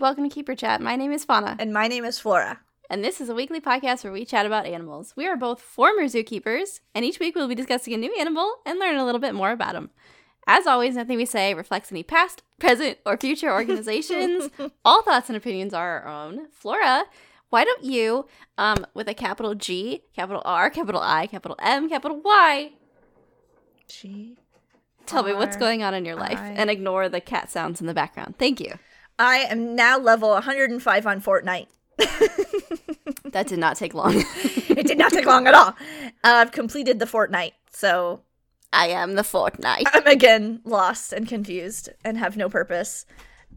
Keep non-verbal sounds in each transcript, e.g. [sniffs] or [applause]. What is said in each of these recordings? welcome to Keeper Chat. My name is Fauna, And my name is Flora. and this is a weekly podcast where we chat about animals. We are both former zookeepers, and each week we'll be discussing a new animal and learn a little bit more about them. As always, nothing we say reflects any past, present, or future [laughs] organizations. All thoughts and opinions are our own. Flora, why don't you, um, with a capital G, capital R, capital I, capital M, capital Y, She. tell me what's R, going on in your life I. and ignore the cat sounds in the background. Thank you. I am now level 105 on Fortnite. That did not take [laughs] long. [laughs] It did not take long at all. I've completed the Fortnite, so I am the Fortnite. I'm again lost and confused and have no purpose.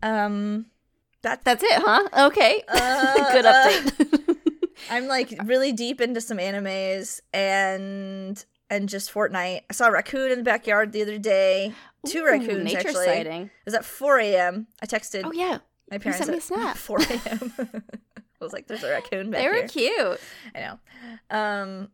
Um, that That's it, huh? Okay. [laughs] Uh, Good update. I'm like really deep into some animes and and just Fortnite. I saw a raccoon in the backyard the other day. [laughs] Two Ooh, raccoons nature actually. sighting. It was at 4 a.m. I texted Oh yeah, my parents sent me at a snap. 4 a.m. [laughs] I was like, "There's a raccoon back they were here." cute. I know. Um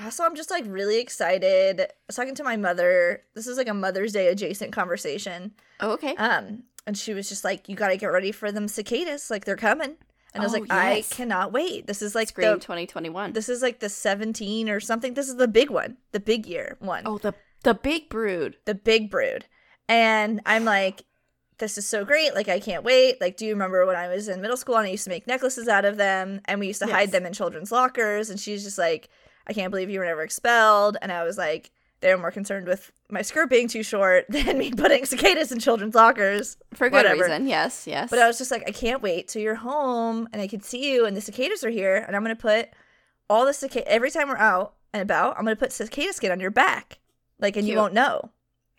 also I'm just like really excited. I was talking to my mother. This is like a Mother's Day adjacent conversation. Oh, okay. Um and she was just like, You gotta get ready for them cicadas, like they're coming. And I was Oh, like, I yes. cannot wait. This is like Scream the 2021. this is like the 17 or something. This is the big one, the big year one, oh, the the big brood. the big brood. And I'm like, this is so great. Like, I can't wait. Like, do you remember when I was in middle school and I used to make necklaces out of them and we used to Yes. hide them in children's lockers? And she's just like, I can't believe you were never expelled. And I was like, they're more concerned with my skirt being too short [laughs] than me putting cicadas in children's lockers. For good whatever. reason. Yes, yes. But I was just like, I can't wait till you're home and I can see you and the cicadas are here and I'm gonna put all the cicada every time we're out and about, I'm gonna put cicada skin on your back. Like and Cute. you won't know.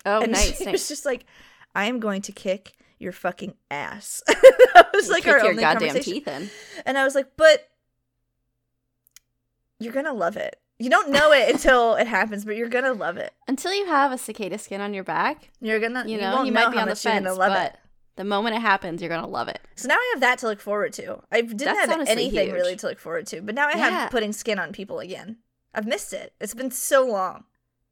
oh, and [laughs] nice. she nice. was just like, I am going to kick your fucking ass. [laughs] that was like Kick our your only goddamn conversation. teeth in. And I was like, but you're gonna love it. You don't know it [laughs] until it happens, but you're gonna love it. Until you have a cicada skin on your back, You're gonna you know, Uh, won't you, might be how on the much you're fence, gonna love it. but the moment it happens, you're gonna love it. So now I have that to look forward to. I didn't That's have honestly anything huge. really to look forward to, but now I Yeah. have putting skin on people again. I've missed it. It's been so long.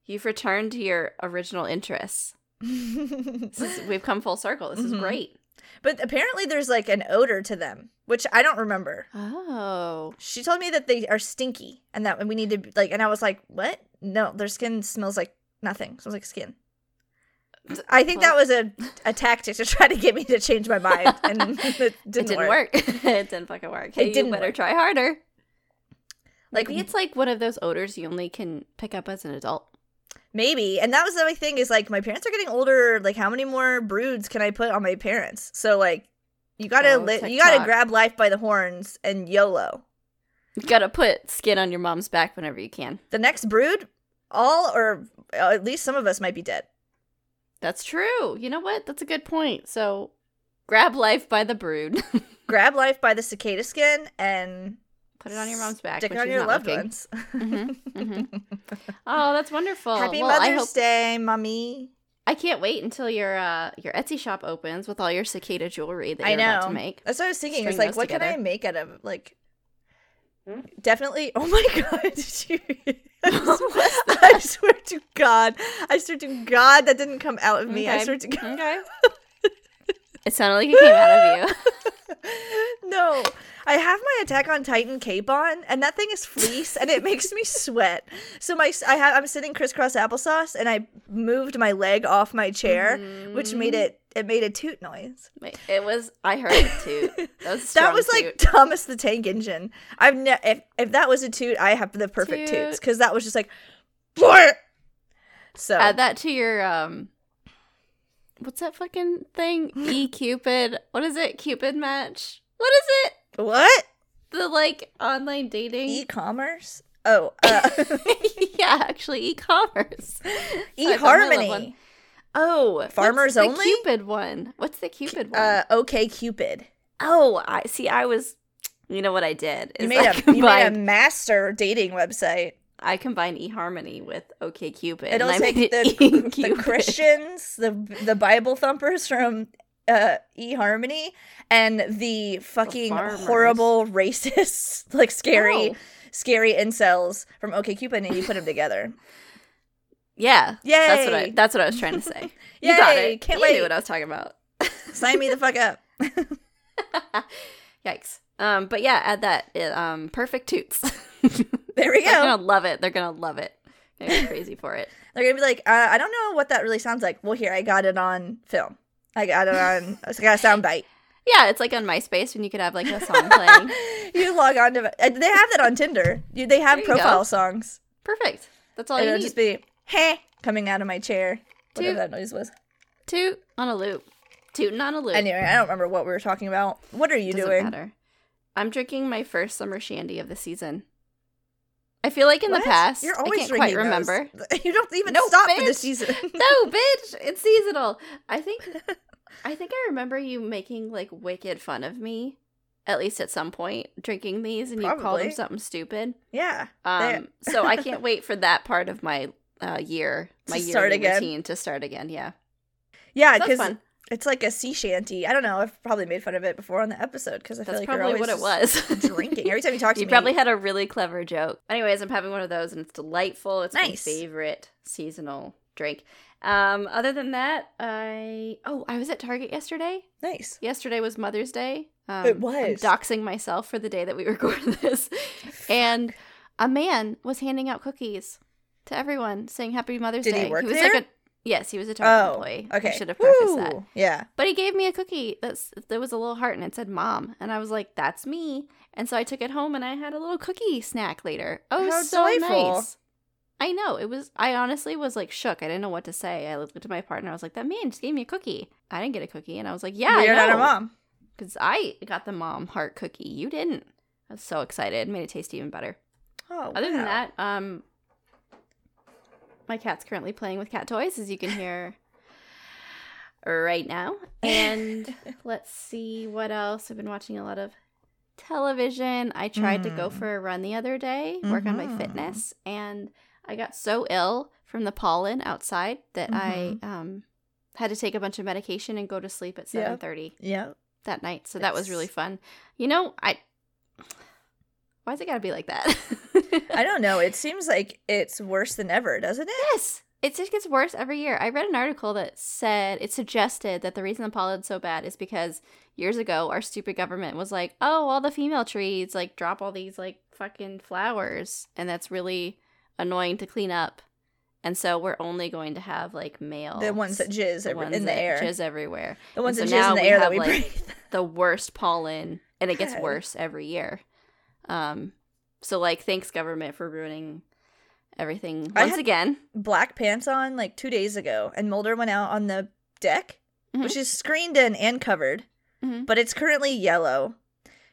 You've returned to your original [laughs] interests. This is, we've come full circle. This is Mhm. great. but apparently there's like an odor to them, which I don't remember. Oh, She told me that they are stinky and that we need to like and I was like, "What? No, their skin smells like nothing. Smells like skin." I think that was a, a tactic to try to get me to change [laughs] my mind and [laughs] it didn't, it didn't work. [laughs] it didn't fucking work. Hey, didn't you better work. Mm-hmm. try harder. Like Maybe it's like one of those odors you only can pick up as an adult. Maybe. And that was the big thing is like my parents are getting older. Like how many more broods can I put on my parents? So like you gotta Oh, li- you gotta TikTok. grab life by the horns and YOLO. You gotta put skin on your mom's back whenever you can. The next brood, all or uh, at least some of us might be dead. That's true. You know what? That's a good point. So grab life by the brood. [laughs] Grab life by the cicada skin and put it on your mom's back. Stick it when on she's your not loved looking. ones. Mhm, [laughs] mhm. Oh, that's wonderful. Happy well, I Mother's hope Day, mommy. I can't wait until your uh your Etsy shop opens with all your cicada jewelry that I you're about know. to make. That's what I was thinking. It's String like, those what together. can I make out of like? Hmm? Definitely. [laughs] Oh my god! Did you? [laughs] I What's swear, [laughs] I swear to God! I swear to God that didn't come out of me. I Okay. swear to God. Okay. it sounded like it came out of you. [laughs] No, I have my Attack on Titan cape on, and that thing is fleece, and it [laughs] makes me sweat. So my, I have, I'm sitting crisscross applesauce, and I moved my leg off my chair, which made Mm-hmm. it, it made a toot noise. Wait, It was I heard it [laughs] too. That was, a That strong was like toot. Thomas the Tank Engine. I've ne- if if that was a toot, I have the perfect Toot. toots because that was just like, Blur! so add that to your um what's that fucking [laughs] thing? E Cupid. What is it? Cupid match? What is it? what The like online dating? E- e-commerce? Oh, uh, [laughs] yeah, actually [laughs] e-commerce. e-harmony. one. Oh, what's Farmers the only? Cupid one. What's the Cupid one? Uh, okay, Cupid. oh, I see. I was. You know what I did? You is made I a you made a combined- master dating website. I combined eHarmony with OKCupid. and It'll I take made E the it [laughs] the eCupid. [laughs] Christians, the the Bible thumpers from uh eHarmony, and the fucking farmers. horrible [laughs] racists, like scary Oh, scary incels from OKCupid, and you put [laughs] them together. yeah, Yay! that's what I. That's what I was trying to say. Yay! You got it. Can't you wait. knew what I was talking about. [laughs] [laughs] Sign me the fuck up. Yikes. Um, but yeah, add that uh, um perfect toots. [laughs] There we They're go. gonna love it. They're gonna love it. They're gonna be crazy for it. They're gonna be like, uh, I don't know what that really sounds like. Well, here I got it on film. I got it on. [laughs] I got a sound bite. Yeah, it's like on MySpace when you could have like a [laughs] song playing. you log on to. uh, They have that on Tinder. You- They have There you go. profile songs. Perfect. That's all And you it'll need. just be hey coming out of my chair. Whatever Toot. that noise was. Toot on a loop. Tooting on a loop. Anyway, I don't remember what we were talking about. What are you Doesn't doing? matter. I'm drinking my first summer shandy of the season. I feel like in What? the past, you're I always can't quite drinking those. remember. [laughs] You don't even No, stop for the bitch. [laughs] season. no, bitch, it's seasonal. I think [laughs] I think I remember you making like wicked fun of me at least at some point drinking these and you called Probably. them something stupid. yeah. Um so I can't wait for that part of my uh year, To my yearly start again. Uh, routine to start again, yeah. Yeah, That's because fun. it's like a sea shanty. I don't know. I've probably made fun of it before on the episode because I feel That's like probably you're what it always was. just [laughs] drinking. Every time you talk [laughs] to You me, probably had a really clever joke. Anyways, I'm having one of those and it's delightful. It's Nice. my favorite seasonal drink. Um, other than that, I oh, I was at Target yesterday. nice. Yesterday was Mother's Day. Um, It was. I'm doxing myself for the day that we [laughs] recorded this, and a man was handing out cookies to everyone, saying Happy Mother's Did Day. he work was there? like a yes, he was a Target oh, employee. okay. I should have prefaced Woo! that. Yeah. But he gave me a cookie that's that was a little heart and it said mom. And I was like, that's me. And so I took it home and I had a little cookie snack later. Oh, it was How so delightful. nice. I know. It was I honestly was like shook. I didn't know what to say. I looked at my partner, I was like, That man just gave me a cookie. I didn't get a cookie. And I was like, Yeah, You're I know. not a mom. Because I got the mom heart cookie. You didn't. I was so excited. It made it taste even better. Oh, Other wow. than that, um my cat's currently playing with cat toys, as you can hear [laughs] right now. [laughs] And let's see what else. I've been watching a lot of television. I tried to go Mm. for a run the other day, work on my Mhm. fitness, and I got so ill from the pollen outside that Mm-hmm. I um had to take a bunch of medication and go to sleep at Yeah. seven thirty yeah. that night. So that was really It's- fun. You know, I why's it gotta be like that? [laughs] I don't know. It seems like it's worse than ever, doesn't it? [laughs] yes. It just gets worse every year. I read an article that said it suggested that the reason the pollen's so bad is because years ago our stupid government was like, Oh, all the female trees like drop all these like fucking flowers and that's really annoying to clean up. And so we're only going to have like male The ones that jizz Oh, the every- ones in the that air. jizz everywhere the ones so that jizz now in the we air that have, we like- breathe. the worst pollen and it gets God. worse every year. Um so like thanks government for ruining everything once I had- again. [laughs] Black pants on like two days ago, and Mulder went out on the deck, Mhm. which is screened in and covered, Mhm. but it's currently yellow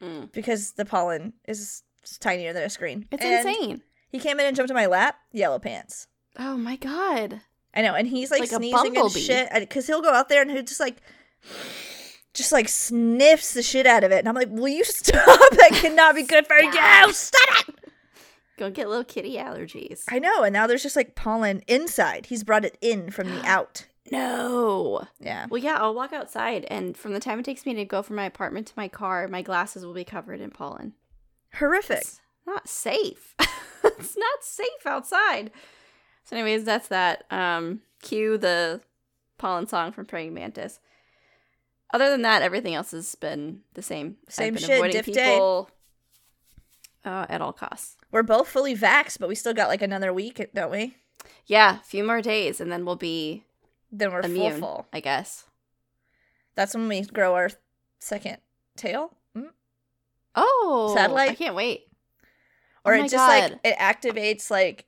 Mm. because the pollen is tinier than a screen. It's And insane. He came in and jumped on my lap, yellow pants. Oh my god. I know, and he's like, Like a sneezing and bumblebee. shit, because he'll go out there and he'll just like, just like sniffs the shit out of it, and I'm like, "Will you [laughs] stop? That cannot be good for Stop. you. Stop it!" Gonna get little kitty allergies. I know, and now there's just like pollen inside. He's brought it in from [gasps] the out. no. Yeah, Well yeah, I'll walk outside and from the time it takes me to go from my apartment to my car, my glasses will be covered in pollen. horrific. It's not safe. [laughs] it's not safe outside. So, anyways, that's that. Um, cue the pollen song from Praying Mantis. Other than that, everything else has been the same. Same shit, diff day. uh, at all costs. We're both fully vaxxed, but we still got like another week, don't we? Yeah, a few more days, and then we'll be Then we're full immune. full. I guess. That's when we grow our second tail, Mm. Oh, Satellite? I can't wait. or Oh it my just God. like it activates like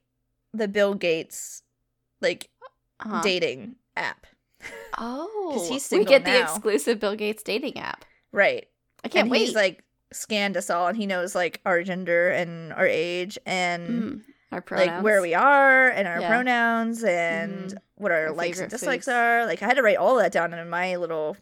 the Bill Gates like Uh-huh. dating app. Oh, he's we single get the now. exclusive Bill Gates dating app. Right. I can't and wait. he's like scanned us all and he knows like our gender and our age and Mm, our pronouns. like where we are and our Yeah. pronouns and Mhm. what our, Our likes and favorite dislikes foods. are. Like I had to write all that down in my little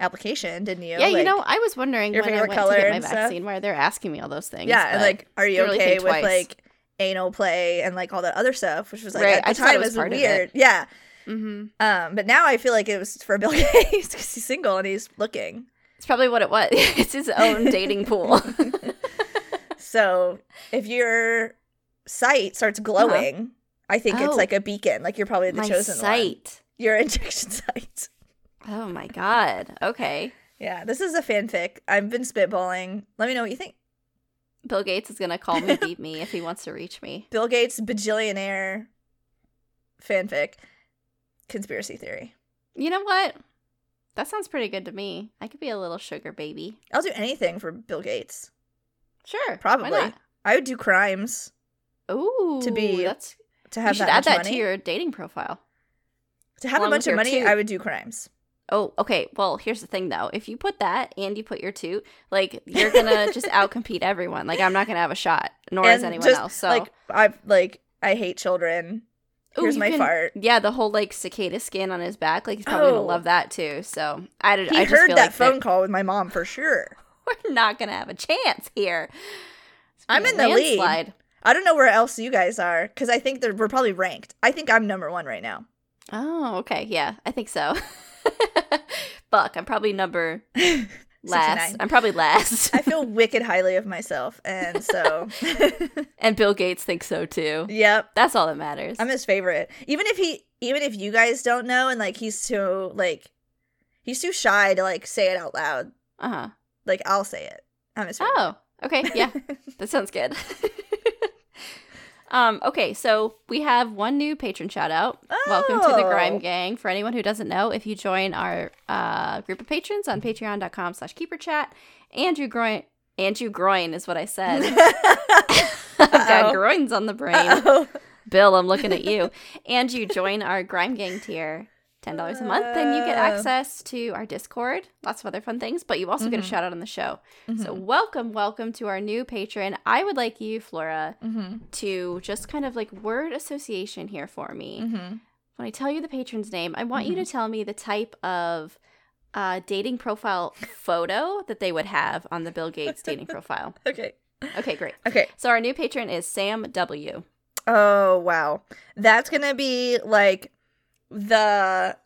application, didn't you? Yeah, you Like, know, I was wondering your when I favorite went color to get my and stuff. vaccine why they're asking me all those things. Yeah, and but- like are you really okay think with twice. like anal play and like all that other stuff, which was like Right, at I the just thought it time was was, part of it. weird. Yeah. Mhm. Um, but now I feel like it was for Bill [laughs] Gates because he's single and he's [laughs] looking. it's probably what it was. [laughs] it's his [laughs] own dating pool. So if your site starts glowing, I think Uh-huh. Oh. it's like a beacon. Like you're probably [laughs] the my [laughs] chosen one. site. Your injection site. Oh my god. Okay. Yeah, this is a fanfic. I've been spitballing. Let me know what you think. Bill Gates is gonna call me, beat me if he wants to reach me. Bill Gates bajillionaire fanfic conspiracy theory. You know what? That sounds pretty good to me. I could be a little sugar baby. I'll do anything for Bill Gates. Sure, Probably. I would do crimes Oh, To be- that's to you have should that add much that money. to your dating profile. to have a along bunch with of your money, toot. I would do crimes. Oh, okay. Well, here's the thing though. If you put that and you put your toot, like you're [laughs] gonna just outcompete everyone. Like I'm not gonna have a shot, nor is And anyone just, else. So Like I like I hate children. Ooh, here's you my can- fart. Yeah, the whole like cicada skin on his back. Like he's probably Oh. gonna love that too. So I, d- He I just heard feel that like phone call with my mom for sure. [laughs] We're not gonna have a chance here. It's I'm gonna in the lead. landslide. I don't know where else you guys are because I think that we're probably ranked. I think I'm number one right now. Oh, okay. Yeah, I think so. [laughs] Fuck, I'm probably [laughs] number last. 69. I'm probably last. [laughs] I feel wicked highly of myself, and so [laughs] and Bill Gates thinks so too. yep, That's all that matters. I'm his favorite. Even if he, even if you guys don't know, and like he's too like, he's too shy to like say it out loud. uh huh. Like I'll say it. I'm his favorite. Oh, okay. [laughs] Yeah, that sounds good. [laughs] um, okay, so we have one new patron shout out. Welcome to the Grime Oh. Gang. For anyone who doesn't know, if you join our uh, group of patrons on patreon.com slash keeper chat, Andrew Groin Andrew Groin is what I [laughs] said. I've got Uh-oh. groins on the brain. [laughs] Uh-oh. Bill, I'm looking at you. [laughs] and you join our Grime Gang tier. $10 a month, then you get Uh. access to our Discord, lots of other fun things, but you also get a Mhm. shout out on the show. So, Mhm. welcome, welcome to our new patron. I would like you, Flora, Mhm. to just kind of like word association here for me. Mhm. When I tell you the patron's name, I want Mm-hmm. you to tell me the type of uh, dating profile photo that they would have on the Bill Gates [laughs] dating profile. Okay. Okay, great. Okay. So, our new patron is Sam W. Oh wow. That's gonna be like the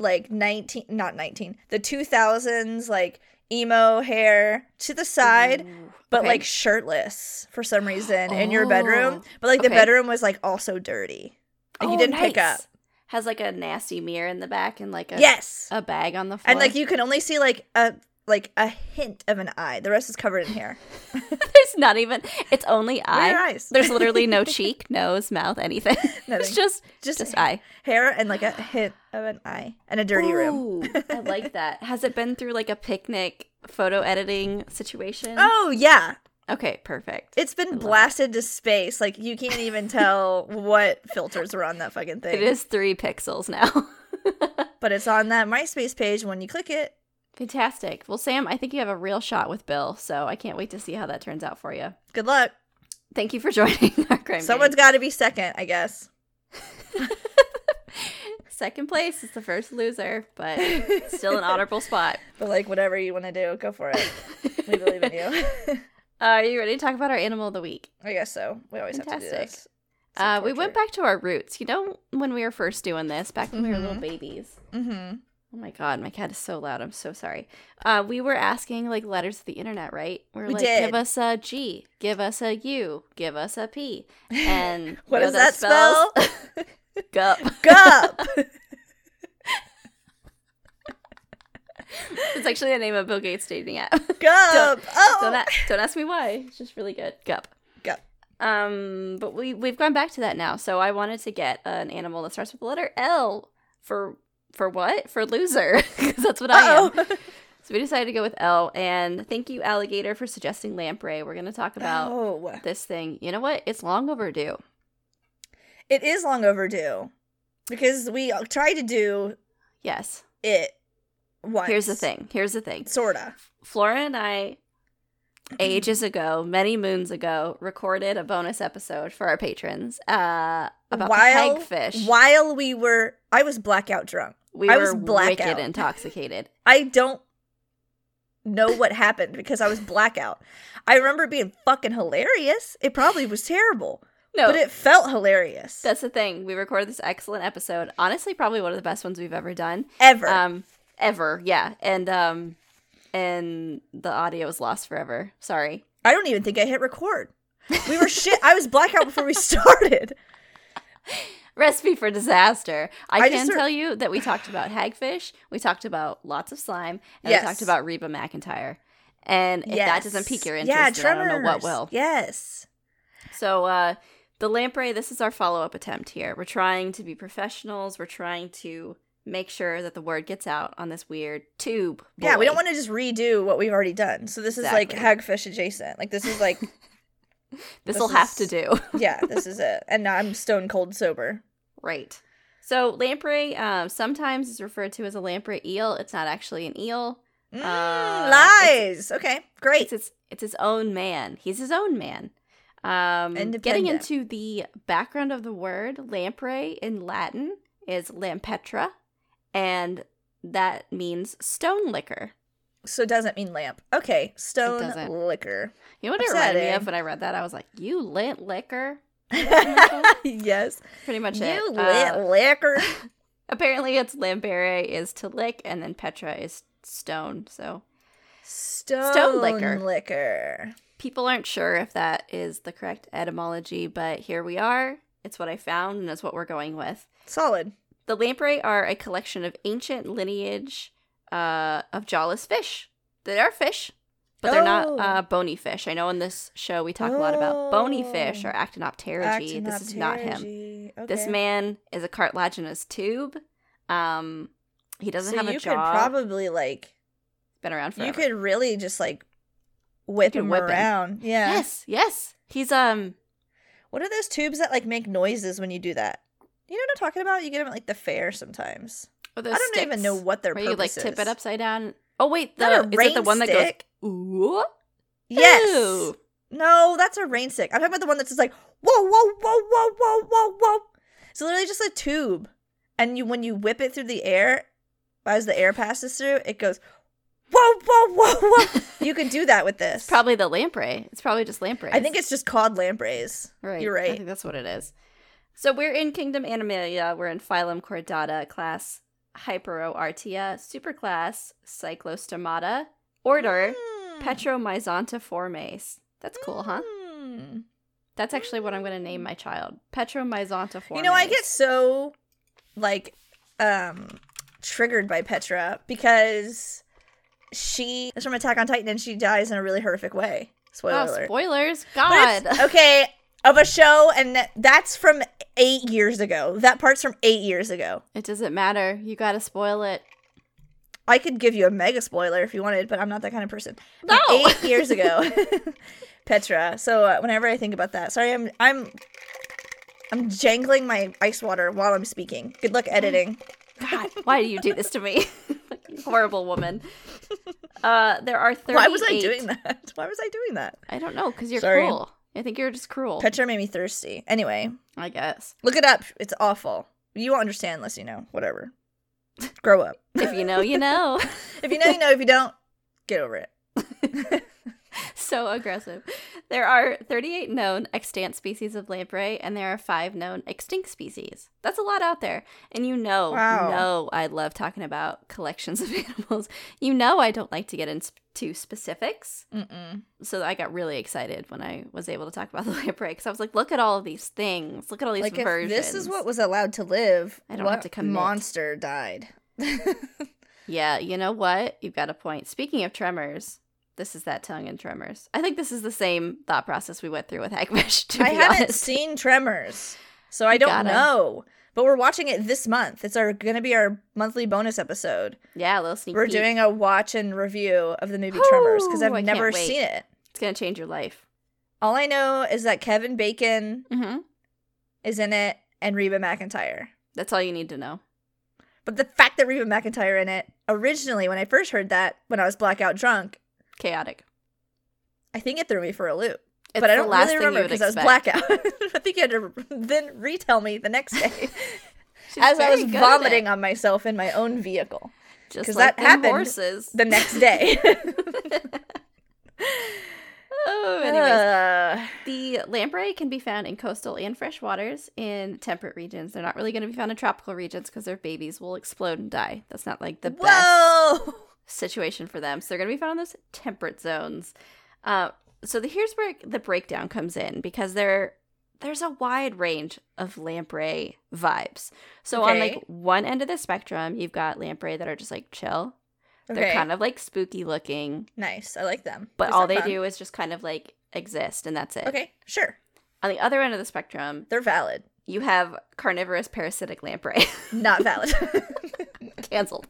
like nineteen not nineteen. The two thousands like emo hair to the side, Ooh, Mm-hmm. but okay. like shirtless for some reason in your bedroom. Oh, But like the okay. bedroom was like also dirty. Like you Oh, didn't pick up. nice. Has like a nasty mirror in the back and like a, Yes. a bag on the floor. and like you can only see like a like a hint of an eye. The rest is covered in hair. [laughs] there's not even, it's only Where are eye. your eyes. There's literally [laughs] no cheek, nose, mouth, anything. [laughs] Nothing. it's just, just, just eye. hair and like a hint of an eye and a dirty room. Ooh, [laughs] I like that. Has it been through like a picnic photo editing situation? Oh yeah. Okay, perfect. It's been blasted to space. Like you can't even tell what filters are on that fucking thing. It is three pixels now. [laughs] But it's on that MySpace page when you click it. Fantastic. Well, Sam, I think you have a real shot with Bill, so I can't wait to see how that turns out for you. Good luck. Thank you for [laughs] joining our crime. Someone's Someone's got to be second, I guess. second place is the first loser, but but [laughs] still an honorable spot. Uh, like whatever you want to do, go for it. We believe in you. [laughs] Are you ready to talk about our animal of the week? I guess so. We always have to do Fantastic. this. It's Uh, like we went back to our roots. You know, when we were first doing this, back when we were Mhm. little babies. torture. Mhm. Oh my god, my cat is so loud. I'm so sorry. Uh, we were asking like letters of the internet, right? We were We like, did. give us a G, give us a U, give us a [laughs] P, and What you know does that spell? spells? Gup. [laughs] [laughs] Gup. It's actually the name of Bill Gates dating app. Gup. Oh. [laughs] don't, a- don't ask me why. It's just really good. Gup. Gup. Um, but we we've gone back to that now. So I wanted to get an animal that starts with the letter L for for what? For loser, [laughs] because that's what I am. Uh-oh. So we decided to go with L. And thank you, alligator, for suggesting lamprey. We're gonna Oh. talk [laughs] about No. this thing. You know what? It's long overdue. It is long overdue because we tried to do Yes. it once. Here's the thing. Here's the thing. Sorta. Flora and I, ages ago, many moons ago, recorded a bonus episode for our patrons uh, about While- the hagfish. While we were, I was blackout drunk. we I were was blackout. wicked [laughs] intoxicated. I don't know what happened because I was blackout. I remember it being fucking hilarious. It probably was terrible, No, but it felt hilarious that's the thing. We recorded this excellent episode. Honestly, probably one of the best ones we've ever done. ever. Um, ever, yeah. And um, and the audio was lost forever. Sorry. I [laughs] don't even think I hit record. We were shit. I was blackout before we started. recipe for disaster. I, I can just sort- tell you that we talked about hagfish, we talked about lots of slime, and Yes. we talked about Reba McIntyre. And if that doesn't pique your interest, yeah, then I don't know what tremors. will. Yes. So, uh, the lamprey, this is our follow up attempt here. We're trying to be professionals. We're trying to make sure that the word gets out on this weird tube. Yeah, boy. we don't want to just redo what we've already done. So this is like Exactly. hagfish adjacent. Like this is like This this will have to is- do. [laughs] yeah, this is it. And now I'm stone cold sober. Right. So lamprey um, sometimes is referred to as a lamprey eel. It's not actually an eel. Mm, Uh, lies. Okay, It's great. its it's his own man. He's his own man. Um, getting Independent. into the background of the word lamprey in Latin is lampetra, and that means stone liquor. So it doesn't mean lamp. Okay, doesn't. [laughs] stone liquor. [laughs] You know what it reminded me Upsetting. of when I read that? I was like, "You lint [laughs] liquor." yes. Pretty much it. You Uh, lit [sighs] liquor. apparently, it's lambere is to lick, and then petra is stone. So Stone, liquor. liquor. people aren't sure if that is the correct etymology, but here we are. It's what I found, and it's what we're going with. Solid. The lamprey are a collection of ancient lineage uh, of jawless fish. They are fish, but they're Oh. not uh, bony fish. I know in this show we talk a lot about bony fish Oh. or actinopterygii. This is not him. Actinopterygii. This Okay. man is a cartilaginous tube. Um, he doesn't So have a you jaw. could probably like Been around forever. you could really just like whip can him whip him. around. Yeah. Yes, yes. He's um. What are those tubes that like make noises when you do that? You know what I'm talking about? You get them at like the fair sometimes. Or I those don't even sticks know what their Where purpose you like tip is. it upside down. Oh wait, Is that the a is rain it the one stick? that goes ooh? Yes. Ew. No, that's a rain stick. I'm talking about the one that's just like whoa, whoa, whoa, whoa, whoa, whoa, whoa. It's literally just a tube, and you when you whip it through the air, as the air passes through, it goes whoa, whoa, whoa, whoa. you can do that with [laughs] this. [laughs] Probably the lamprey. It's probably just lamprey. I think it's just called lampreys. right. you're I right. think that's what it is. So we're in Kingdom Animalia. We're in Phylum Chordata class Hyperoartia, superclass Cyclostomata, order Mm. Petromyzontiformes. That's cool, huh? Mm. That's actually what I'm going to name my child. Petromyzontiformes. You know, I get so like um triggered by Petra because she is from Attack on Titan and she dies in a really horrific way. Spoiler Oh, alert. spoilers. But God. [laughs] it's- okay, of a show and that- that's from 8 years ago. That part's from 8 years ago. It doesn't matter. You got to spoil it. I could give you a mega spoiler if you wanted, but I'm not that kind of person. No. Eight [laughs] years ago, [laughs] Petra. So uh, whenever I think about that, sorry, I'm I'm I'm jangling my ice water while I'm speaking. Good luck editing. God, why do you do this to me? [laughs] You Horrible woman. Uh, there are 38. [laughs] Why was I doing that? [laughs] Why was I doing that? I don't know, because you're Sorry. cruel. I think you're just cruel, Petra made me thirsty. Anyway, I guess. look it up. It's awful. You won't understand unless you know. Whatever. Grow up. If you know, you [laughs] know. If you know, you know. If you don't, get over it. so aggressive. There are 38 known extant species of lamprey, and there are five known extinct species. That's a lot out there. And you know, Wow. you know, I love talking about collections of [laughs] animals. You know, I don't like to get into specifics. Mm-mm. so I got really excited when I was able to talk about [laughs] the lamprey because I was like, look at all of these things, look at all these Like if versions. this is what was allowed to live, I don't what have to commit. monster died? [laughs] Yeah, you know what? You've got a point. Speaking of tremors, this is that tongue in tremors. I think this is the same thought process we went through with Hagfish. [laughs] To I be haven't honest, seen Tremors, so I You don't gotta. know. But we're watching it this month. It's our going to be our monthly bonus episode. yeah, a little sneak. We're peek. doing a watch and review of the movie Tremors because Ooh, I've I can't never wait. seen it. It's gonna change your life. All I know is that Kevin Bacon hmm is in it and Reba McIntyre. That's all you need to know. But the fact that Reba McIntyre in it originally, when I first heard that when I was blackout drunk, Chaotic. I think it threw me for a loop. It's but I don't the last really thing you remember would because I was expect. blackout. [laughs] I think you had to then retell me the next [laughs] day She's as I very was good at vomiting it, on myself in my own vehicle. just 'cause like that them happened Horses. the next day. [laughs] [laughs] oh, anyways. [laughs] Uh, The lamprey can be found in coastal and fresh waters in temperate regions. They're not really going to be found in tropical regions because their babies will explode and die. That's not like the best whoa! situation for them. So they're going to be found in those temperate zones. Uh, so the, here's where the breakdown comes in because they're there's a wide range of lamprey vibes. So on like Okay. one end of the spectrum, you've got lamprey that are just like chill. They're kind of like spooky looking, nice. I like them. but Those all are they fun. do is just kind of like exist and that's it. Okay, sure. On the other end of the spectrum, They're valid. you have carnivorous parasitic [laughs] lamprey Not valid. [laughs] canceled.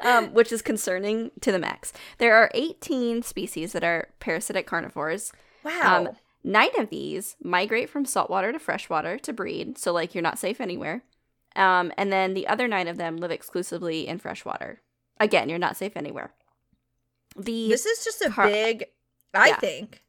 um, which is concerning to the max. There are 18 species that are parasitic carnivores. wow. Um, Nine of these migrate from saltwater to freshwater to breed, so like you're not safe anywhere. Um, and then the other nine of them live exclusively in freshwater. Again, you're not safe anywhere. The this is just a car- big. I Yeah. think.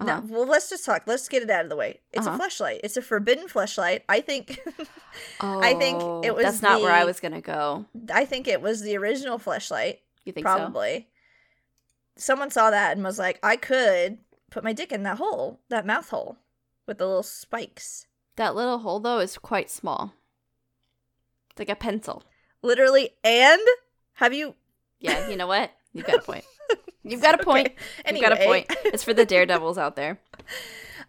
Uh-huh. No, well, let's just talk. Let's get it out of the way. It's Uh-huh. a flashlight. It's a forbidden flashlight. I think. [laughs] oh, I think it was that's not where I the- was gonna go. I think it was the original flashlight. You think so? probably. Someone saw that and was like, I could put my dick in that hole, that mouth hole, with the little spikes. That little hole though is quite small. It's like a pencil. Literally, and have you Yeah, you know what? You've got a point. You've got a point. [laughs] Okay. Anyway, You've got a point. It's for the daredevils out [laughs] there.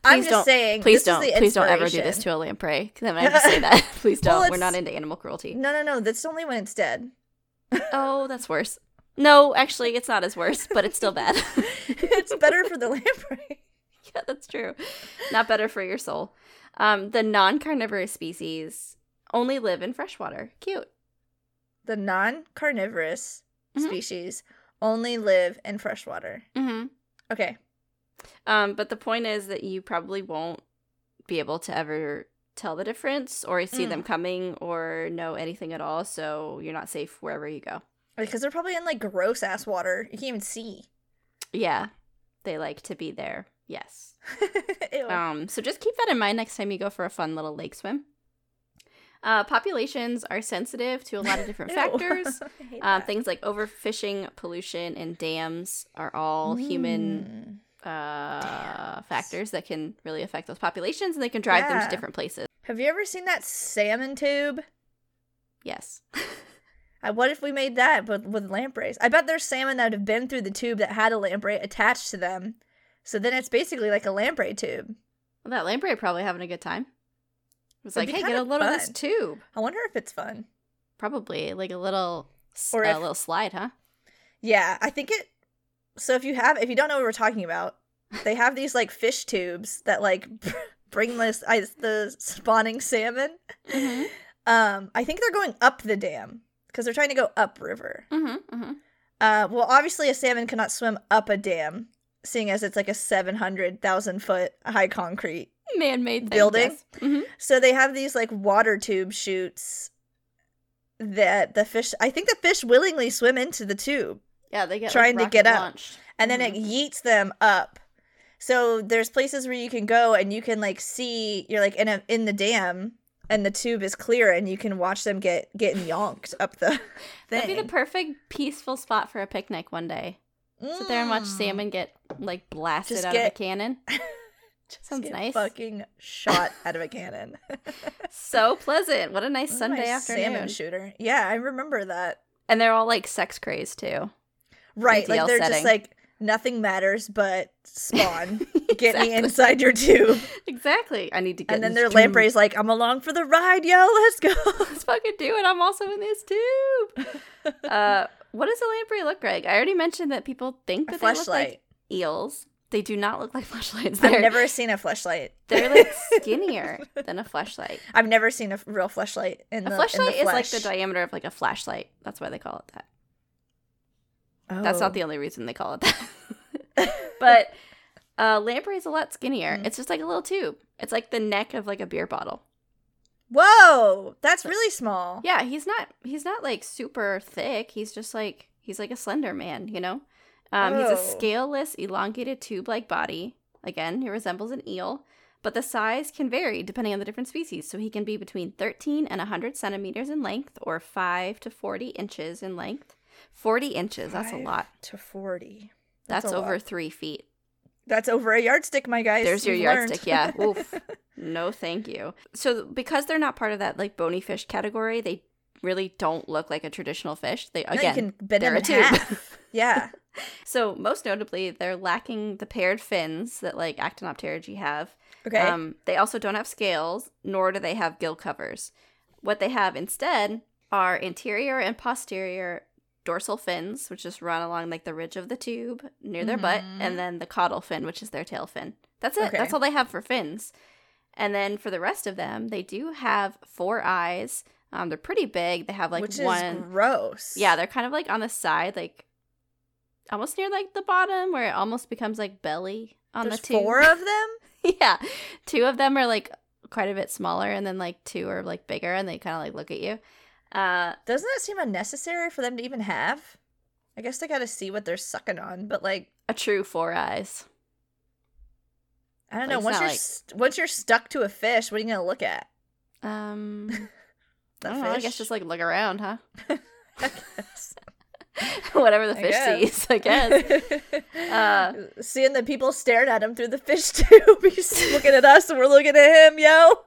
I'm Please just don't- saying. Please this is don't. the Please don't ever do this inspiration. to a [laughs] lamprey. Can I just say that? [laughs] Please Well, don't. We're not it's- into animal [laughs] cruelty. No, no, no. That's only when it's dead. Oh, that's worse. No, actually, it's not as worse, but it's still bad. [laughs] it's better for the lamprey. [laughs] yeah, that's true. Not better for your soul. Um, the non-carnivorous species only live in freshwater. Cute. The non-carnivorous Mhm. species only live in freshwater. Mm-hmm. Okay. Um, but the point is that you probably won't be able to ever tell the difference or see Mm. them coming or know anything at all. So you're not safe wherever you go. Because they're probably in like gross ass water. You can't even see. [laughs] Yeah. They like to be there. Yes. Ew. Um, so just keep that in mind next time you go for a fun little lake swim. Uh, populations are sensitive to a lot [laughs] of different Ew. factors. I hate Um, that. things like overfishing, pollution, and dams are all human Mm. uh, Dams. factors that can really affect those populations, and they can drive them to Yeah. different places. Have you ever seen that salmon tube? Yes. I, what if we made that but with lampreys? I bet there's salmon that have been through the tube that had a lamprey attached to them. So then it's basically like a lamprey tube. Well, that lamprey probably having a good time. It was like, It'd be hey, kind get a of load of this fun." tube. I wonder if it's fun. Probably like a little, s- Or a if- little slide, huh? Yeah, I think it. So if you have, if you don't know what we're talking about, they have these like fish tubes that like [laughs] bring this I, the spawning salmon. Mm-hmm. Um, I think they're going up the dam because they're trying to go upriver. Mm-hmm. Mm-hmm. Uh, well, obviously, a salmon cannot swim up a dam, seeing as it's like a 700,000 foot high concrete. Man-made thing, Building? yes. Mhm. So they have these like water tube chutes that the fish, I think the fish willingly swim into the tube Yeah, they get trying to like, get rocket up. launched. and then Mhm. it yeets them up. So there's places where you can go and you can like see you're like in a in the dam and the tube is clear and you can watch them get getting yonked up the thing. That'd be the perfect peaceful spot for a picnic one day. Sit there and watch Mm. salmon get like blasted Just out of a get- cannon. [laughs] Just Sounds Mm. get nice. Fucking shot out of a cannon. [laughs] So pleasant. What a nice Oh, Sunday my afternoon. Salmon shooter. Yeah, I remember that. and they're all like sex crazed too. [laughs] Right. Ideal like they're setting. just like nothing matters but [laughs] spawn. Get Exactly. me inside your tube. Exactly. I need to get And then in their this tube. lamprey's like, I'm along for the ride, yo, let's go. [laughs] Let's fucking do it. I'm also in this [laughs] tube. uh, what does a lamprey look like? I already mentioned that people think a that they look like flashlight. eels. They do not look like [laughs] flashlights. I've They're, never seen a flashlight. they're like [laughs] skinnier than a flashlight. I've never seen a f- real flashlight in A the flashlight in the is like the flesh. diameter of like a flashlight. That's why they call it that. That's Oh. not the only reason they call it that. [laughs] but uh, lamprey is a lot skinnier. Mm. It's just like a little tube. It's like the neck of like a beer bottle. [laughs] Whoa, that's really small. Yeah, he's not. He's not like super thick. He's just like he's like a slender man. You know. Um, he's a Oh. scaleless, elongated tube-like body. Again, he resembles an eel, but the size can vary depending on the different species. So he can be between 13 and 100 centimeters in length, or 5 to 40 inches in length. 40 inches. That's a Five lot. To 40. That's, a over lot. three feet. That's over a yardstick, my guys. There's your You've learned. yardstick. Yeah. Oof. No, thank you. So because they're not part of that like bony fish category, they really don't look like a traditional fish. They [laughs] Now again, you can bend they're them a tube. [laughs] in half. [laughs] Yeah. so most notably, they're lacking the paired fins that like actinopterygii have. [laughs] Okay. Um, they also don't have scales, nor do they have gill covers. What they have instead are anterior and posterior dorsal fins, which just run along like the ridge of the tube near their butt, Mhm. and then the caudal fin, which is their tail fin. That's it. Okay. That's all they have for fins. And then for the rest of them, they do have four eyes. Um, they're pretty big. They have like Which one. is gross. Yeah, they're kind of like on the side, like almost near like the bottom, where it almost becomes like belly on There's the tube. four of them. [laughs] yeah, two of them are like quite a bit smaller, and then like two are like bigger, and they kind of like look at you. Uh, Doesn't that seem unnecessary for them to even have? I guess they got to see what they're sucking on, but like a true four eyes. I don't Like, know. it's Once not you're like- st- once you're stuck to a fish, what are you gonna look at? Um, [laughs] The I, fish. don't know, I [laughs] guess just like look around, huh? [laughs] Yes. Whatever the I fish guess. sees, I [laughs] guess. [laughs] Uh, Seeing the people staring at him through the fish [laughs] tube, he's looking at us and we're looking at him, yo.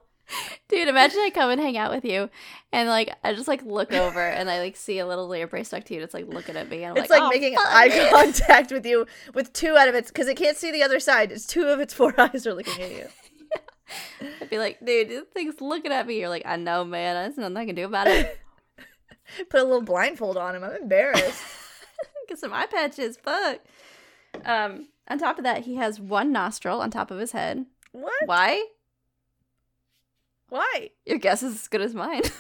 Dude, imagine I come and hang out with you, and like I just like look over and I like see a little lamprey stuck to you, and it's like looking at me, and I'm It's like, "Oh, making fuck eye [laughs] it." contact with you with two out of its because it can't see the other side. It's two of its four [laughs] eyes are looking at you. I'd be like, dude, this thing's looking at me. You're like, I know, man. There's nothing I can do about it. Put a little blindfold on him. I'm embarrassed. [laughs] Get some eye patches. Fuck. Um, on top of that, he has one nostril on top of his head. What? Why? Why? Your guess is as good as mine. [laughs]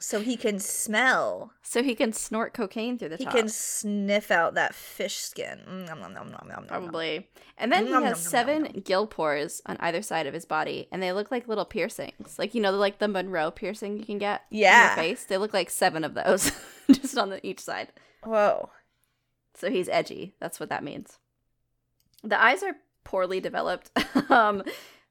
So he can smell. so he can snort cocaine through the He top. can sniff out that fish skin. Mm, nom, nom, nom, nom, nom, nom. probably. And then he Nom, nom, has nom, nom, seven nom. gill pores on either side of his body, and they look like little piercings. Like you know, like the Monroe piercing you can get Yeah. in your face. They look like seven of those, [laughs] just on the, each side. Whoa. So he's edgy. That's what that means. The eyes are poorly developed. [laughs] um,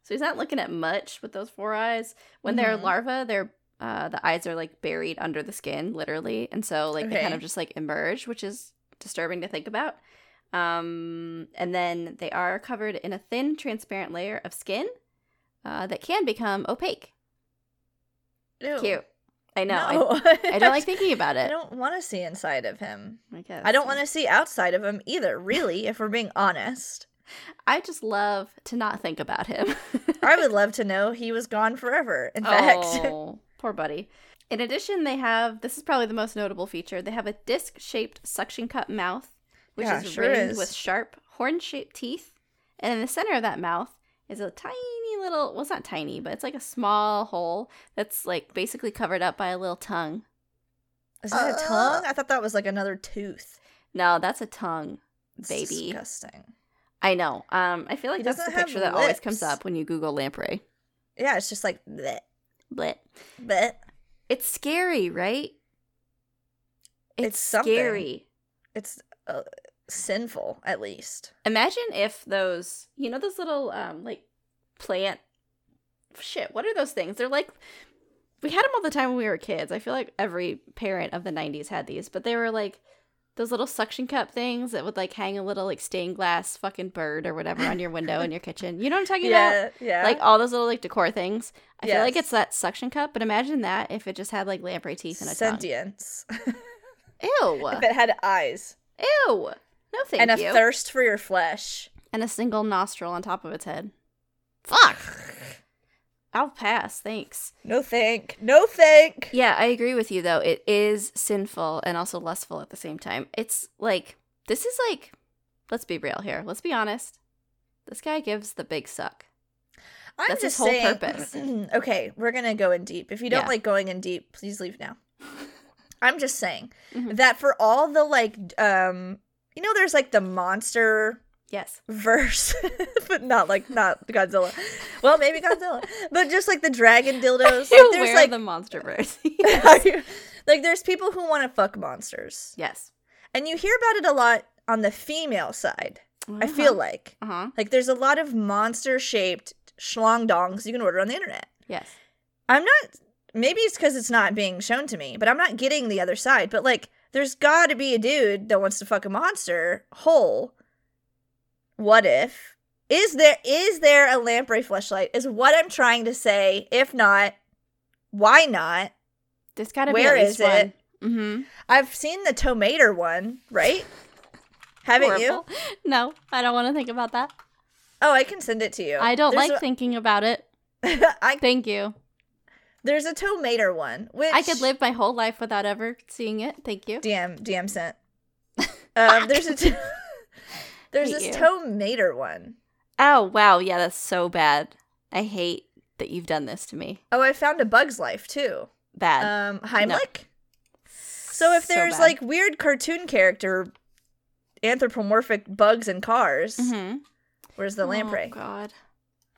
so he's not looking at much with those four eyes. When they're Mhm. larvae, they're uh, the eyes are like buried under the skin, literally, and so like they kind Okay. of just like emerge, which is disturbing to think about. Um, and then they are covered in a thin, transparent layer of skin uh, that can become opaque. Ew. Cute. I know. I- No. I, don't [laughs] like thinking about I it. don't want to see inside of him. I, guess. I don't want to see outside of him either, really, if we're being honest. I just love to not think about him. [laughs] I would love to know he was gone forever. [laughs] In fact, Oh, poor buddy. In addition, they have this is probably the most notable feature. They have a disc-shaped suction cup mouth, which Yeah, is sure ringed is. with sharp horn-shaped teeth, and in the center of that mouth is a tiny little well, it's not tiny, but it's like a small hole that's like basically covered up by a little tongue. is that a tongue? I thought that was like another tooth. No, that's a tongue. It's Baby. Disgusting. I know. Um, I feel like It that's the doesn't have picture that always comes lips. up when you Google lamprey. Yeah, it's just like bleh, But bleh. it's scary, right? It's it's something. scary. It's uh, sinful, at least. Imagine if those, you know, those little um like plant shit. What are those things? They're like we had them all the time when we were kids. I feel like every parent of the '90s had these, but they were like those little suction cup things that would like hang a little like stained glass fucking bird or whatever on your window in your kitchen. You know what I'm talking about? Yeah, [laughs] yeah. Like all those little like decor things. I feel like Yes. it's that suction cup, but imagine that if it just had like lamprey teeth and a sentience. [laughs] tongue. Ew, if it had eyes ew. No, thank and a you. thirst for your flesh. and a single nostril on top of its head. Fuck. I'll pass, thanks. No thank. No thank. Yeah, I agree with you though. It is sinful and also lustful at the same time. It's like this is like let's be real here. Let's be honest. This guy gives the big suck. I'm That's his just whole saying- purpose. [clears throat] okay, we're gonna go in deep. If you don't Yeah. like going in deep, please [laughs] leave now. I'm just saying Mhm. that for all the like, um, you know, there's like the monster [laughs] Yes. verse, [laughs] but not like not Godzilla. Well, maybe [laughs] Godzilla, but just like the dragon dildos. Like, Where there's like, the monster [laughs] verse. [laughs] like there's people who want to fuck monsters, yes. and you hear about it a lot on the female side. I feel like Uh huh. like there's a lot of monster shaped schlong dongs you can order on the internet. Yes. I'm not. Maybe it's because it's not being shown to me, but I'm not getting the other side. But like, there's got to be a dude that wants to fuck a monster whole. What if? Is there is there a lamprey fleshlight? Is what I'm trying to say. If not, why not? There's gotta Where be at least is it? one. Mm-hmm. I've seen the tomato one, right? Haven't you? [laughs] No, I don't want to think about that. Oh, I can send it to you. I don't There's like thinking about it. A, [laughs] I, Thank you. there's a tomater one, which I could live my whole life without ever seeing it. Thank you. DM DM sent. [laughs] Um, there's a t- [laughs] there's Hate this you. tomater one. Oh, wow. Yeah, that's so bad. I hate that you've done this to me. Oh, I found a Bug's Life too. Bad. Um, Heimlich. So if Uh, So there's bad. like weird cartoon character, anthropomorphic bugs and cars, Mhm. where's the lamprey? Oh, God.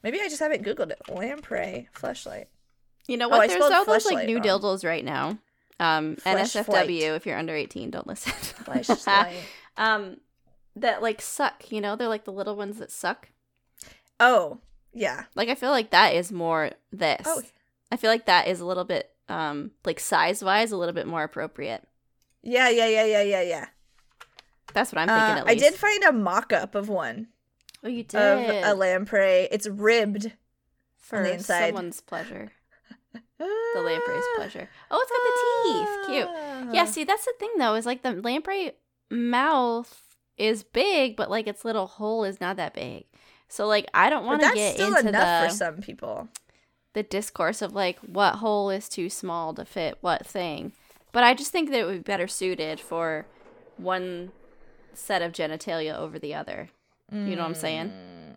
Maybe I just haven't googled it. Lamprey flashlight. [laughs] You know Oh, what? I There's spelled all those like fleshlight new wrong. dildos right now. Um, Flesh NSFW. flight. If you're under 18, don't listen. [laughs] Flashlight. um, that like suck. You know, they're like the little ones that suck. oh yeah. Like I feel like that is more this. Oh I feel like that is a little bit um like size wise a little bit more appropriate. yeah yeah yeah yeah yeah yeah. That's what I'm thinking. Uh, at I least. did find a mock-up of one Oh, you did of a lamprey. It's ribbed. for on the inside. someone's pleasure. The lamprey's Ah. pleasure. Oh, it's got the teeth. Cute. Yeah. See, that's the thing though. Is like the lamprey mouth is big, but like its little hole is not that big. So like I don't But want to that's get still into enough the for some people. the discourse of like what hole is too small to fit what thing. But I just think that it would be better suited for one set of genitalia over the other. You know what I'm saying?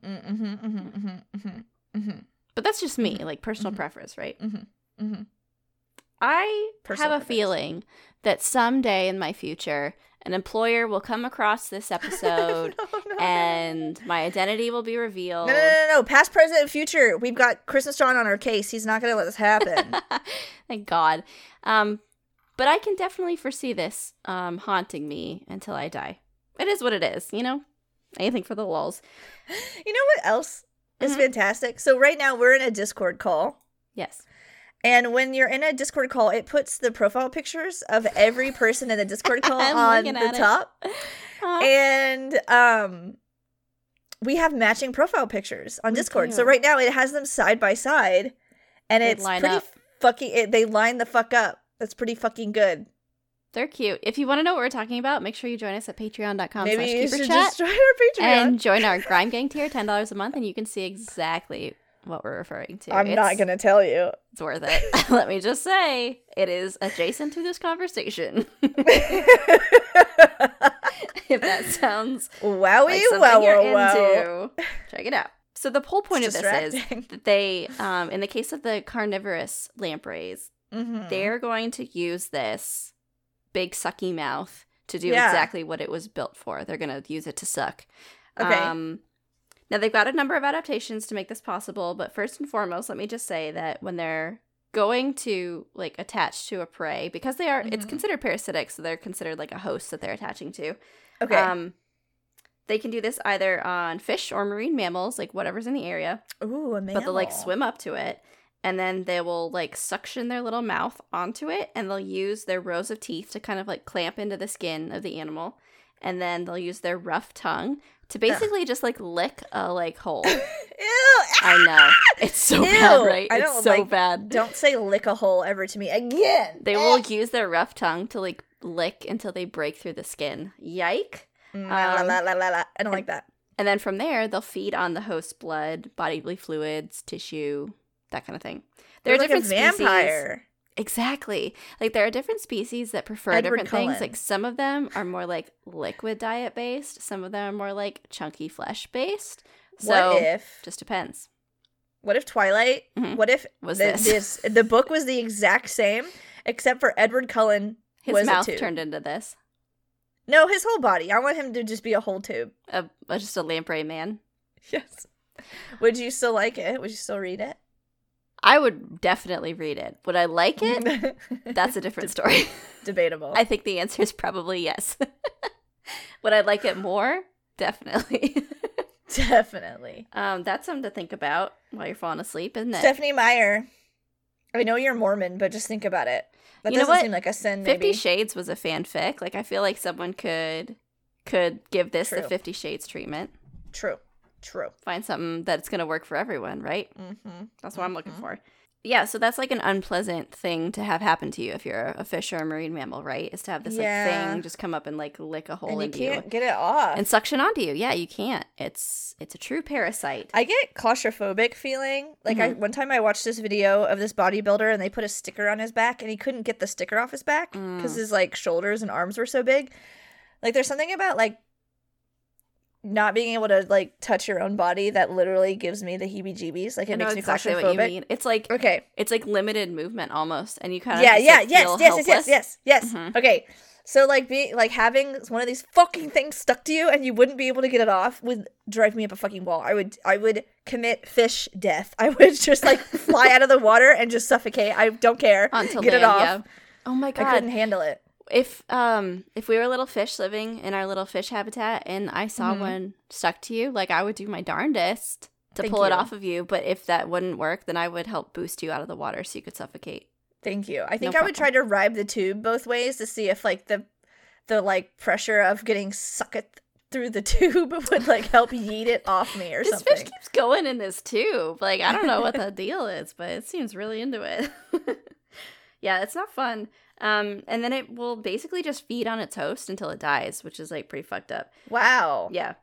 Mm-hmm, mm-hmm, mm-hmm, mm-hmm, But that's just me, like personal Mhm. preference, right? mm-hmm, mm-hmm. [laughs] I Personal have a preference. feeling that someday in my future, an employer will come across this [laughs] episode no, Oh, no, no, and my identity will be revealed. No, no, no, no, no. Past, present, and future. We've got Christmas John on our case. He's not going to let [laughs] this happen. Thank God. Um, but I can definitely foresee this um, haunting me until I die. It is what it is, you know? Anything for the lulz. you know what else is Mhm. fantastic? So, right now, we're in a Discord call. Yes. And when you're in a Discord call, it puts the profile pictures of every person in the [laughs] Discord call I'm on looking the at it. top. Aw. And um we have matching profile pictures on We Discord. So do. right now it has them side by side and They it's line pretty up. fucking it, they line the fuck up. That's pretty fucking good. They're cute. If you want to know what we're talking about, make sure you join us at patreon.com slash Maybe you should Um, keeper just [laughs] chat join our Patreon. and join our Grime Gang tier, $10 a month, and you can see exactly what we're referring to. I'm not It's- going to [laughs] tell you. It's worth it. Let me just say, it is adjacent to this conversation. [laughs] if that [laughs] sounds Wowie, like wow, something wow, you're wow. into, [laughs] check it out. So the whole point of this is [laughs] that they, um, in the case of the carnivorous lampreys, Mhm. they're going to use this big sucky mouth to do Yeah. exactly what it was built for. They're going to use it to suck. Okay. Um, now they've got a number of adaptations to make this possible, but first and foremost, let me just say that when they're going to like attach to a prey, because they are, it's Mhm. considered parasitic, so they're considered like a host that they're attaching to. okay. Um, they can do this either on fish or marine mammals, like whatever's in the area Ooh, a but they'll like mammal. swim up to it and then they will like suction their little mouth onto it and they'll use their rows of teeth to kind of like clamp into the skin of the animal and then they'll use their rough tongue to basically just like lick a like hole Ew, ah! i know [laughs] it's so Ew, bad right I it's don't so like- bad Don't Eh. say lick a hole ever to me again. they will use their rough tongue to like lick until they break through the skin yike Mm, la, la, um, la, la, la, la. I don't like that. and then from there they'll feed on the host's blood bodily fluids tissue that kind of thing there are They're different like a species vampire. Exactly. Like there are different species that prefer Edward different things. Cullen. Like some of them are more like liquid diet based. Some of them are more like chunky flesh based. So what if? just depends. What if Twilight? Mhm. What if Was the, this, this the book was the exact same except for Edward Cullen? [laughs] his was a mouth tube. turned into this? No, his whole body. I want him to just be a whole tube. [laughs] A, a- just a lamprey man. Yes. Would you still like it? Would you still read it? I would definitely read it. Would I like it? [laughs] That's a different story. debatable. [laughs] I think the answer is probably yes. [laughs] would I like it more? Definitely. [laughs] Definitely. um, that's something to think about while you're falling asleep, isn't it? Stephanie Meyer. I know you're Mormon, but just think about it. That You know doesn't what? seem like a sin. Maybe. Fifty Shades was a fanfic. Like I feel like someone could could give this the True. Fifty Shades treatment. True. True. Find something that's gonna work for everyone, right? Mm-hmm. That's what I'm looking Mhm. for. yeah, so that's like an unpleasant thing to have happen to you if you're a fish or a marine mammal, right? Is to have this Yeah. like thing just come up and like lick a hole and you into can't get it off. and suction onto you. Yeah, you can't. It's it's a true parasite. I get claustrophobic feeling. Like Mm-hmm. I one time I watched this video of this bodybuilder and they put a sticker on his back and he couldn't get the sticker off his back Mm. because his like shoulders and arms were so big. Like there's something about like not being able to like touch your own body that literally gives me the heebie-jeebies. Like it I know makes me exactly claustrophobic. what you mean. It's like Okay. it's like limited movement almost, and you kind of Yeah, just, yeah, like, yes, feel yes, yes, yes, helpless. yes, yes. Mhm. Okay. So like being like having one of these fucking things stuck to you and you wouldn't be able to get it off would drive me up a fucking wall. I would I would commit fish death. [laughs] I would just like fly out of the water and just suffocate. I don't care. onto get land. it off. Yeah. Oh my I couldn't god! handle it. If um if we were little fish living in our little fish habitat, and I saw Mm-hmm. one stuck to you, like I would do my darndest to Thank pull it you. off of you. But if that wouldn't work, then I would help boost you out of the water so you could suffocate. Thank you. I think I problem. would try to ride the tube both ways to see if like the the like pressure of getting sucked through the [laughs] tube would like help yeet it off me or This something. fish keeps going in this tube. Like I don't know what [laughs] the deal is, but it seems really into it. [laughs] yeah, it's not fun. Um, and then it will basically just feed on its host until it dies, which is like pretty fucked up. wow. Yeah.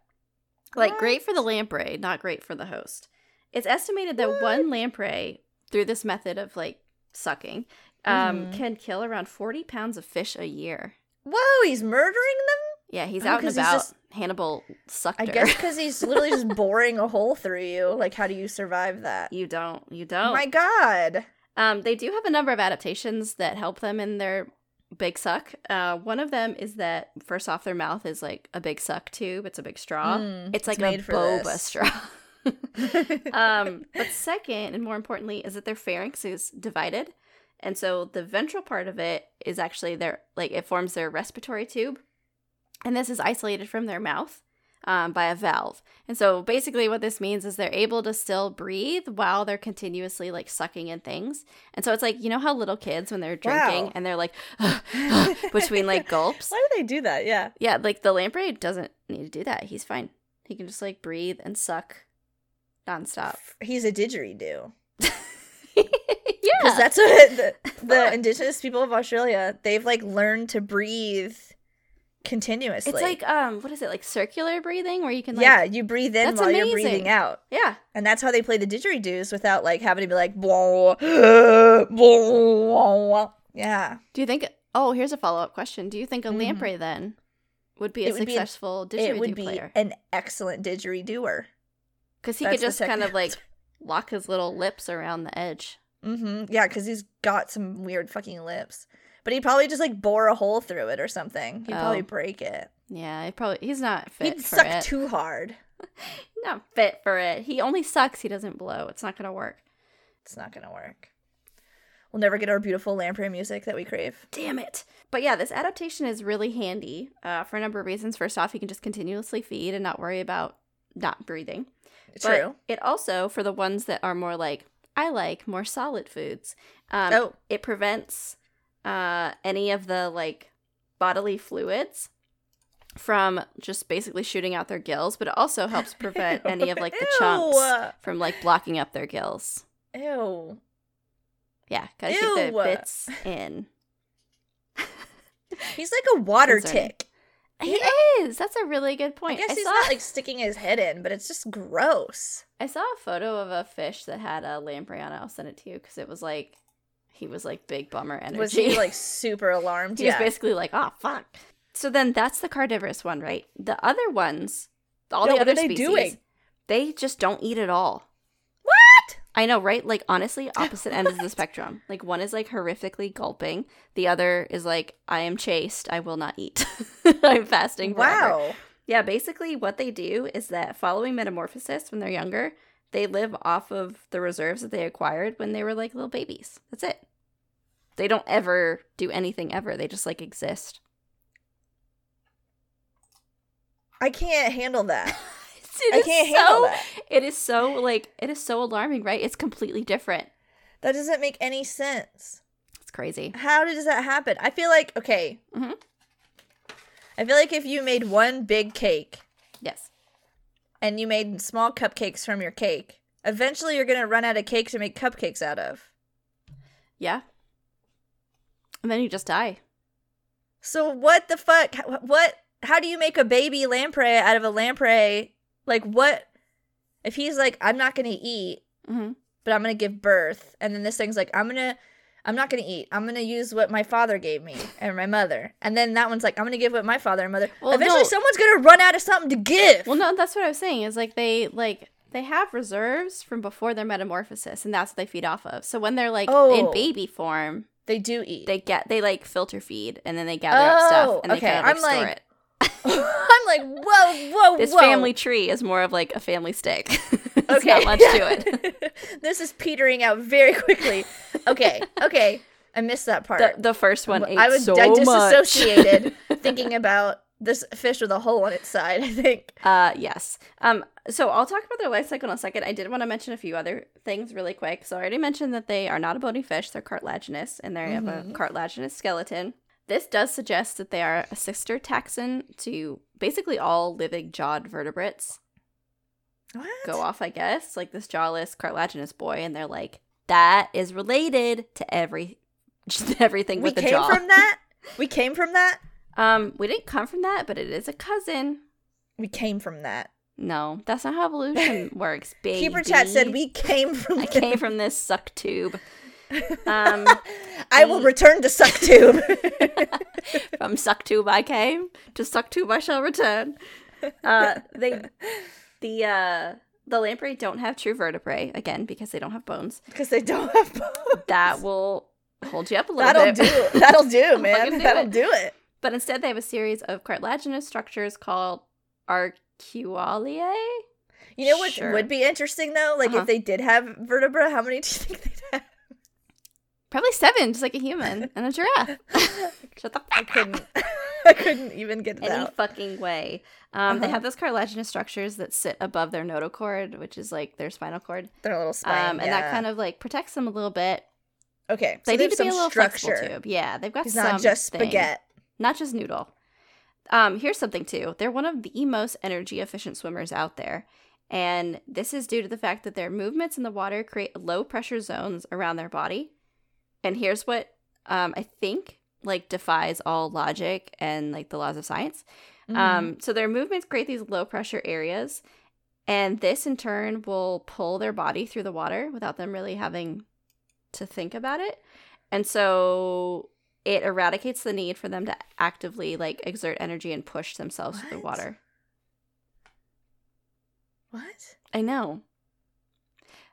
Like great for the What? lamprey, not great for the host. It's estimated that What? one lamprey through this method of like sucking um, Mhm. can kill around 40 pounds of fish a year. Whoa, he's murdering them? Yeah, he's Oh, out and 'cause he's about. just- Hannibal sucked I her. [laughs] guess because he's literally just boring a hole through you. Like, how do you survive that? you don't. You Oh don't. my god. Um, they do have a number of adaptations that help them in their big suck. Uh, one of them is that first off, their mouth is like a big suck tube. It's a big straw. Mm, it's like made a for boba this. straw. [laughs] [laughs] um, but second, and more importantly, is that their pharynx is divided, and so the ventral part of it is actually their like it forms their respiratory tube, and this is isolated from their mouth um, by a valve. And so basically, what this means is they're able to still breathe while they're continuously like sucking in things. And so it's like you know how little kids when they're drinking Wow. and they're like [laughs] between like gulps. Why do they do that? Yeah. Yeah, like the lamprey doesn't need to do that. He's fine. He can just like breathe and suck nonstop. He's a didgeridoo. [laughs] Because yeah. that's what [laughs] the, [laughs] the indigenous people of Australia, they've like learned to breathe continuously. It's like um what is it? Like circular breathing where you can like yeah, you breathe in That's while you're breathing amazing. out. Yeah. And that's how they play the didgeridoos without like having to be like, "Bwah, bwah, bwah." yeah. Do you think Oh, here's a follow-up question. Do you think a Mhm. lamprey then would be a It would be an- successful It didgeridoo would be player? an excellent didgeridooer. Cuz he could that's the just kind of second like lock his little lips around the edge. Mm-hmm. Yeah, because he's got some weird fucking lips. But he probably just like bore a hole through it or something. He'd probably Oh. break it. Yeah, he probably he's not fit He'd for suck it. too hard. not fit for it. He only sucks, he doesn't blow. It's not going to work. It's not gonna work. We'll never get our beautiful lamprey music that we crave. Damn it. But yeah, this adaptation is really handy uh, for a number of reasons. First off, you can just continuously feed and not worry about not breathing. But True. it also, for the ones that are more like, I like more solid foods, um, oh, it prevents uh, any of the like bodily fluids from just basically shooting out their gills, but it also helps [laughs] prevent any of like the chunks from like blocking up their gills. Ew. Ew. Yeah, gotta keep the Ew. bits in. He's like a water Concerning. tick. He is. That's a really good I point. guess I he's saw- [laughs] not like sticking his head in, but it's just gross. I saw a photo of a fish that had a lamprey on it. I'll send it to you because it was like he was like big bummer energy. Was he like super [laughs] alarmed? He was yeah. basically like, "Oh fuck." So then that's the carnivorous one, right? The other ones, all Yeah, the what other are they species, doing? they just don't eat at all. what? I know, right? Like honestly, opposite end of the spectrum. Like one is like horrifically gulping, the other is like, "I am chaste. I will not eat. [laughs] I'm fasting." Forever. Wow. Yeah, basically, what they do is that following metamorphosis when they're younger, they live off of the reserves that they acquired when they were like little babies. That's it. They don't ever do anything ever. They just like exist. I can't handle that. [laughs] It I is can't so, handle that. It is so like it is so alarming, right? It's completely different. That doesn't make any sense. It's crazy. How does that happen? I feel like okay. Mhm. I feel like if you made one big cake Yes. and you made small cupcakes from your cake, eventually you're gonna run out of cake to make cupcakes out of. Yeah. And then you just die. So what the fuck? wh- What? How do you make a baby lamprey out of a lamprey? Like what? If he's like, I'm not gonna eat, hmm but I'm gonna give birth, and then this thing's like, I'm gonna, I'm not gonna eat. I'm gonna use what my father gave me and my mother, and then that one's like, I'm gonna give what my father and mother. Well, Eventually, no. someone's gonna run out of something to give. Well, no, that's what I was saying. Is like they like they have reserves from before their metamorphosis, and that's what they feed off of. So when they're like in Oh. baby form, they do eat. they get they like filter feed, and then they gather up stuff Oh, and they okay. kind of like, I'm store like, it. [laughs] I'm like, whoa, whoa, This whoa. family tree is more of like a family stick. [laughs] It's okay. not much to it. [laughs] this is petering out very quickly. Okay, okay, I missed that part. The, the first one Well, ate I was so I much. disassociated [laughs] thinking about this fish with a hole on its side. I think. [laughs] Uh, yes. Um, so I'll talk about their life cycle in a second. I did want to mention a few other things really quick. So I already mentioned that they are not a bony fish; they're cartilaginous, and they have a Mhm. cartilaginous skeleton. This does suggest that they are a sister taxon to basically all living jawed vertebrates. What? Go off, I guess. Like this jawless cartilaginous boy, and they're like that is related to every [laughs] just everything We with the came jaw. from [laughs] that. We came from that. um, we didn't come from that, but it is a cousin. We came from that. No, that's not how [laughs] evolution works, baby. Keeper Chat said we came from. I that. came from this suck [laughs] tube. Um, [laughs] I will return to SuckTube. [laughs] from suck tube I came to suck tube I shall return. Uh, they, the uh, the lamprey don't have true vertebrae again because they don't have bones. because they don't have. bones. That will hold you up a little That'll bit. do. [laughs] That'll do, fucking man. do That'll it. do it. But instead, they have a series of cartilaginous structures called arcualiae. You know what Sure. would be interesting though? Like Uh-huh. if they did have vertebra, how many do you think they'd have? Probably seven, just like a human and a giraffe. [laughs] Shut the fuck I up. couldn't. [laughs] I couldn't even get [laughs] it any out. fucking way. Um, They Uh-huh. have those cartilaginous structures that sit above their notochord, which is like their spinal cord, Their little um, spine. and that kind of like protects them a little bit. okay. They so need there's to be a some little structure. flexible tube. Yeah, they've got It's some not just spaghetti. not just noodle. Um, here's something too. They're one of the most energy efficient swimmers out there. And this is due to the fact that their movements in the water create low pressure zones around their body. And here's what um, I think like defies all logic and like the laws of science. Mm-hmm. Um, so their movements create these low pressure areas, and this in turn will pull their body through the water without them really having to think about it. And so it eradicates the need for them to actively like exert energy and push themselves through the What? water. what? I know.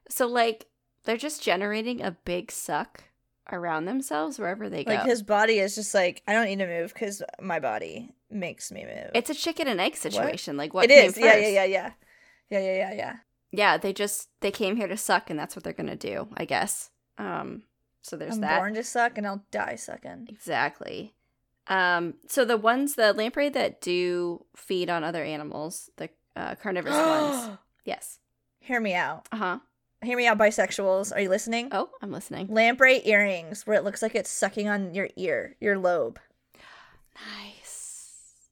So like they're just generating a big suck around themselves wherever they go. Like his body is just like I don't need to move because my body makes me move. it's a chicken and egg situation. Like what it came is. Yeah, first? yeah, yeah, yeah, yeah, yeah, yeah, yeah. yeah, they just they came here to suck, and that's what they're gonna do, I guess. Um, so there's I'm that born to suck and I'll die sucking. exactly. Um, so the ones the lamprey that do feed on other animals, the uh, carnivorous [gasps] ones, yes, Hear me out. uh huh. Hear me out, bisexuals. Are you listening? Oh, I'm listening. Lamprey earrings, where it looks like it's sucking on your ear, your lobe. [laughs] Nice.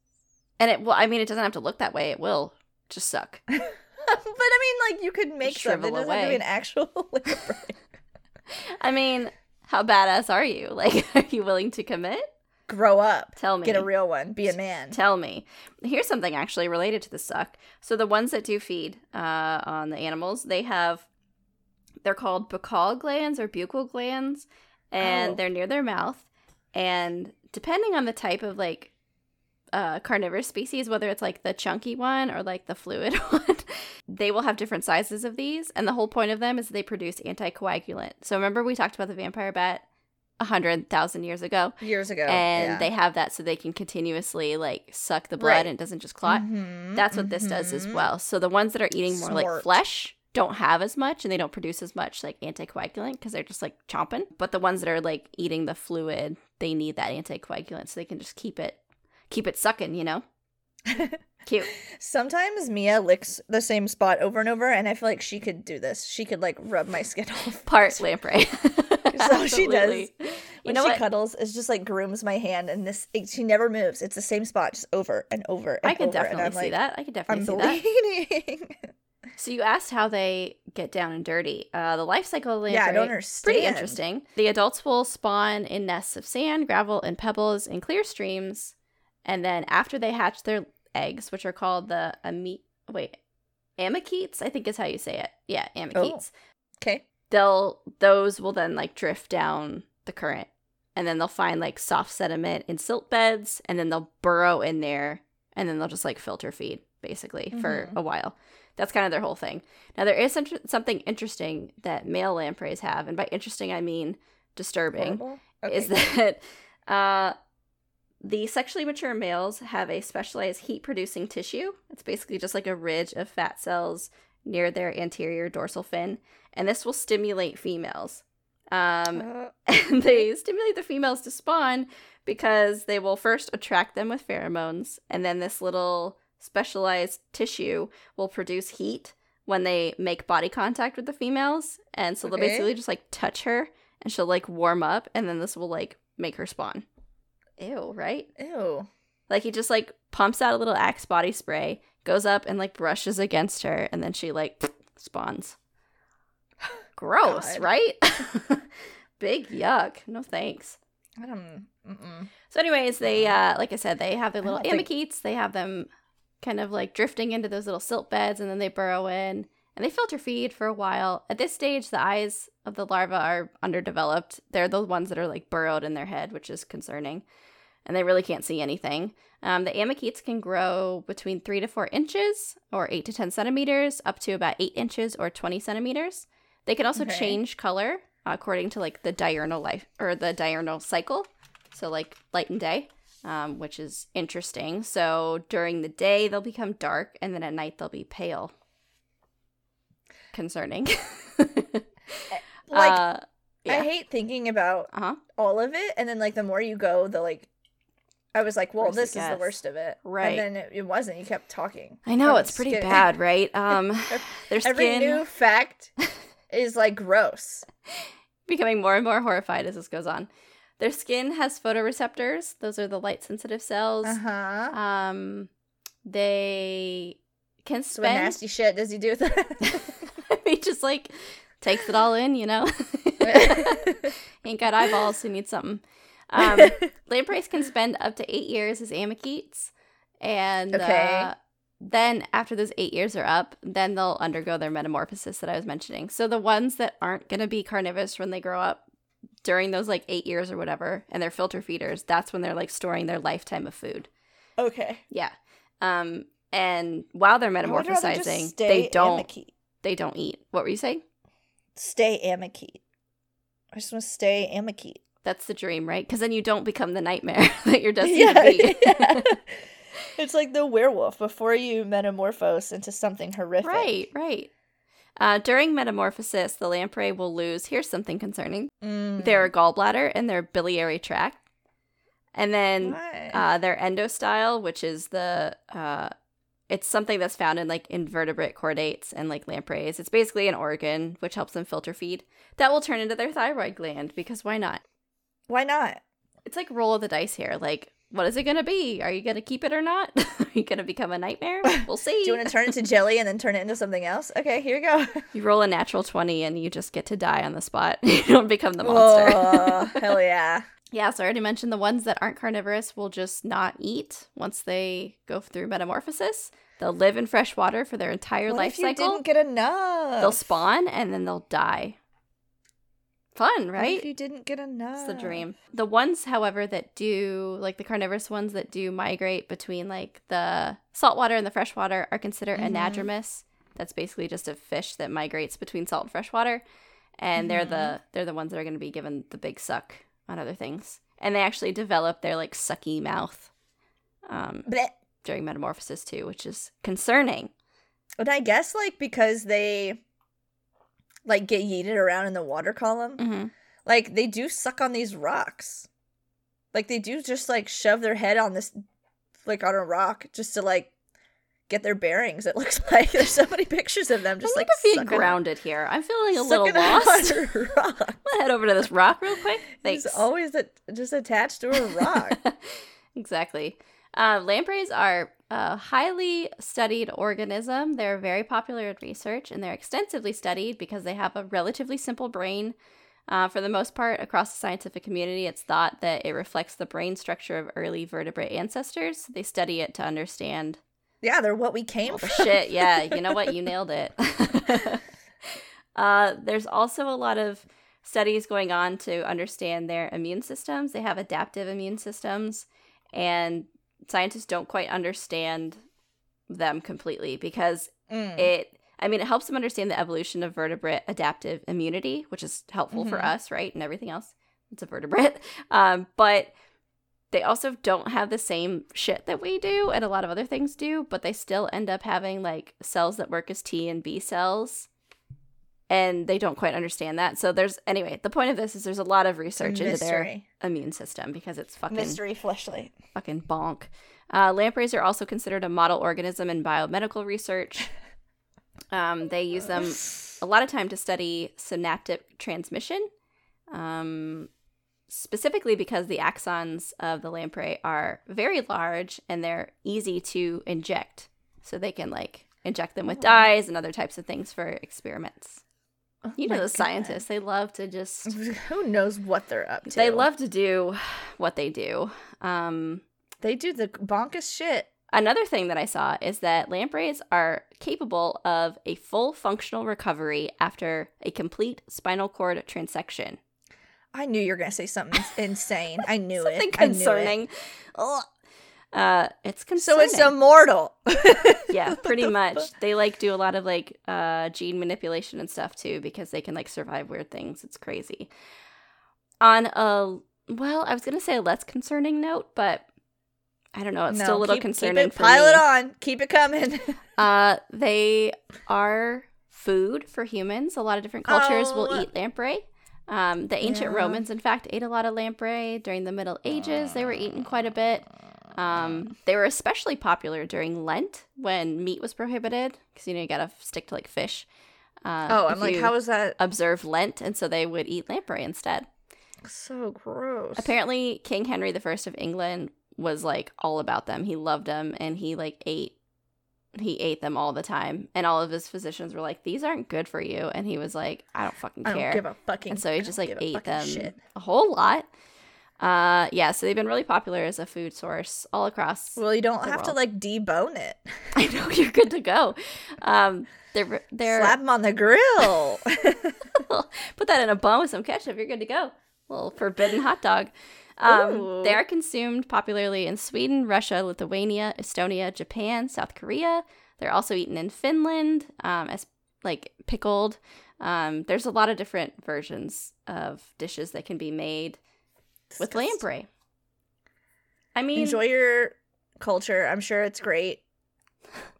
And it well, I mean, it doesn't have to look that way. It will just suck. but I mean, like you could make shrivel something. It doesn't have to away. be an actual [laughs] lamprey. I mean, how badass are you? [laughs] Like, are you willing to commit? Grow up. Tell me. Get a real one. Be a man. Tell me. Here's something actually related to the suck. So the ones that do feed uh, on the animals, they have they're called buccal glands or buccal glands, and Oh. they're near their mouth. And depending on the type of like uh, carnivorous species, whether it's like the chunky one or like the fluid [laughs] one, they will have different sizes of these. And the whole point of them is they produce anticoagulant. So remember we talked about the vampire bat a hundred thousand years ago Years ago, and Oh, yeah. they have that so they can continuously like suck the blood Right. and it doesn't just clot. Mhm, That's what this does as mhm. well. So the ones that are eating more like Smart. flesh don't have as much and they don't produce as much like anticoagulant because they're just like chomping. But the ones that are like eating the fluid, they need that anticoagulant so they can just keep it keep it sucking, [laughs] you know? Cute. Sometimes Mia licks the same spot over and over, and I feel like she could do this. She could like rub my skin [laughs] off. Part lamprey. [laughs] So she does. Absolutely. You When know she what? cuddles, it's just like grooms my hand, and this it, she never moves. It's the same spot, just over and over. And I can over, and definitely I'm see like, that. I can I'm [laughs] definitely see that. bleeding. So you asked how they get down and dirty. Uh, the life cycle of the Yeah, I lamprey- don't understand. pretty interesting. The adults will spawn in nests of sand, gravel, and pebbles in clear streams, and then after they hatch their eggs, which are called the ame- wait amakeets, I think is how you say it. Yeah, amakeets. Okay. They'll those will then like drift down the current, and then they'll find like soft sediment in silt beds, and then they'll burrow in there, and then they'll just like filter feed basically for Mhm. a while. That's kind of their whole thing. Now there is some, something interesting that male lampreys have, and by interesting I mean disturbing Horrible. Okay. is that [laughs] uh, the sexually mature males have a specialized heat producing tissue. It's basically just like a ridge of fat cells near their anterior dorsal fin, and this will stimulate females. Um, Uh, and they stimulate the females to spawn because they will first attract them with pheromones, and then this little specialized tissue will produce heat when they make body contact with the females. And so Okay. they'll basically just like touch her and she'll like warm up, and then this will like make her spawn. Ew, right? ew. Like he just like pumps out a little axe body spray, goes up and like brushes against her, and then she like [sniffs] [laughs] spawns. Gross, God. right? [laughs] Big yuck. No thanks. I don't. Mm-mm. So, anyways, they uh like I said, they have their I little don't think- amakeets. They have them kind of like drifting into those little silt beds, and then they burrow in and they filter feed for a while. At this stage, the eyes of the larvae are underdeveloped. They're the ones that are like burrowed in their head, which is concerning, and they really can't see anything. Um, the amakeets can grow between three to four inches, or eight to ten centimeters, up to about eight inches or twenty centimeters. They can also Okay. change color according to like the diurnal life or the diurnal cycle, so like light and day, um, which is interesting. So during the day they'll become dark, and then at night they'll be pale. Concerning. [laughs] Like uh yeah. Uh-huh. I hate thinking about huh, all of it, and then like the more you go, the like. I was like, well, Worse it this is the gets. worst of it. Right. And then it, it wasn't. You kept talking. I know Oh, it's pretty skin- bad, right? [laughs] Um, their skin. Every [laughs] new fact is like gross. becoming more and more horrified as this goes on. Their skin has photoreceptors. Those are the light sensitive cells. Uh huh. Um, they can So what spend. nasty shit does [laughs] he do with it? he just like takes it all in, you know. [laughs] Ain't got eyeballs, so needs something. Um, lampreys can spend up to eight years as amakeets, and Okay. uh, then after those eight years are up, then they'll undergo their metamorphosis that I was mentioning. So the ones that aren't going to be carnivorous when they grow up during those like eight years or whatever, and they're filter feeders, that's when they're like storing their lifetime of food. [laughs] okay. Yeah. Um, and while they're I would rather just metamorphosizing, stay they don't Amaki. they don't eat. What were you saying? Stay Amaki. I just want to stay Amaki. That's the dream, right? Because then you don't become the nightmare [laughs] that you're destined [laughs] Yeah, to be. yeah. It's like the werewolf before you metamorphose into something horrific. right, right. Uh, during metamorphosis, the lamprey will lose. Here's something concerning: Mm. their gallbladder and their biliary tract, and then Why? uh, their endostyle, which is the uh, it's something that's found in like invertebrate chordates and like lampreys. It's basically an organ which helps them filter feed. That will turn into their thyroid gland because why not? Why not? It's like roll of the dice here. Like, what is it gonna be? Are you gonna keep it or not? [laughs] Are you gonna become a nightmare? We'll see. [laughs] Do you want [laughs] to turn it to jelly and then turn it into something else? Okay, here you go. You roll a natural 20 and you just get to die on the spot. [laughs] You don't become the monster. [laughs] Oh, hell yeah. [laughs] yeah, so I already mentioned the ones that aren't carnivorous will just not eat once they go through metamorphosis. They'll live in fresh water for their entire What life if you cycle. didn't get enough? They'll spawn and then they'll die. Fun, What right? if you didn't get enough? It's the dream. The ones, however, that do like the carnivorous ones that do migrate between like the saltwater and the freshwater are considered Mhm. anadromous. That's basically just a fish that migrates between salt and freshwater, and they're the they're the ones that are going to be given the big suck on other things, and they actually develop their like sucky mouth um, Blech. during metamorphosis too, which is concerning. And I guess like because they like get yeeted around in the water column, hmm like they do suck on these rocks. Like they do just like shove their head on this like on a rock just to like get their bearings. It [laughs] looks like there's so many pictures of them just I like need to be sucking- grounded here. I'm feeling a little sucking lost. [laughs] I'm [laughs] on a rock. gonna head over to [laughs] this rock real quick. Thanks. He's always a- just attached to a rock. [laughs] exactly. Uh, lampreys are a highly studied organism. They're very popular in research and they're extensively studied because they have a relatively simple brain. Uh, for the most part, across the scientific community, it's thought that it reflects the brain structure of early vertebrate ancestors. They study it to understand Yeah, they're what we [laughs] came all the from. shit. Yeah, you know what? You nailed it. [laughs] uh, there's also a lot of studies going on to understand their immune systems. They have adaptive immune systems, and scientists don't quite understand them completely because Mm. it i mean it helps them understand the evolution of vertebrate adaptive immunity which is helpful for Mhm. us right and everything else it's a vertebrate [laughs] um, but they also don't have the same shit that we do and a lot of other things do but they still end up having like cells that work as t and b cells and they don't quite understand that so there's anyway the point of this is there's a lot of research into their Mystery. immune system because it's fucking Mystery fleshlight. fucking bonk. Uh, lampreys are also considered a model organism in biomedical [laughs] research. Um, they use them a lot of time to study synaptic transmission, um, specifically because the axons of the lamprey are very large and they're easy to inject. So they can like inject them with Oh. dyes and other types of things for experiments. [laughs] Oh You know my those God. Mm-hmm. scientists, they love to just [laughs] Who knows what they're up to? they love to do what they do. Um, They do the bonkus shit. Another thing that I saw is that lampreys are capable of a full functional recovery after a complete spinal cord transection. I knew you were gonna say something [laughs] insane. I knew it. Something I knew it. concerning. Ugh. Uh, it's So concerning. it's immortal. [laughs] yeah, pretty much. They like do a lot of like uh, gene manipulation and stuff too because they can like survive weird things. It's crazy. On a well, I was gonna say a less concerning note, but I don't know. It's still a little keep, concerning. Keep it, for pile me. it on. Keep [laughs] it coming. [laughs] Uh, they are food for humans. A lot of different cultures will Oh. eat lamprey. Um, the ancient Yeah. Romans, in fact, ate a lot of lamprey during the Middle Ages. They were eaten quite a bit. Um, they were especially popular during Lent when meat was prohibited because you know you gotta stick to like fish. Uh, oh, if I'm like, you how is that observe Lent, and so they would eat lamprey instead. so gross? Apparently, King Henry the First of England was like all about them. He loved them, and he like ate he ate them all the time. And all of his physicians were like, "These aren't good for you," and he was like, "I don't fucking I care." don't give a fucking. and so I he don't just like give a ate fucking them Shit. a whole lot. Uh, yeah. So they've been really popular as a food source all across. Well, you don't the have to world. like debone it. [laughs] I know you're good to go. Um, they're they're Slap them on [laughs] the grill. put that in a bun with some ketchup. You're good to go. Little forbidden hot dog. Um, Ooh. they are consumed popularly in Sweden, Russia, Lithuania, Estonia, Japan, South Korea. They're also eaten in Finland um, as like pickled. Um, there's a lot of different versions of dishes that can be made with Disgusting. lamprey. I mean, Enjoy your culture. I'm sure it's great.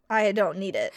I don't [laughs] need it.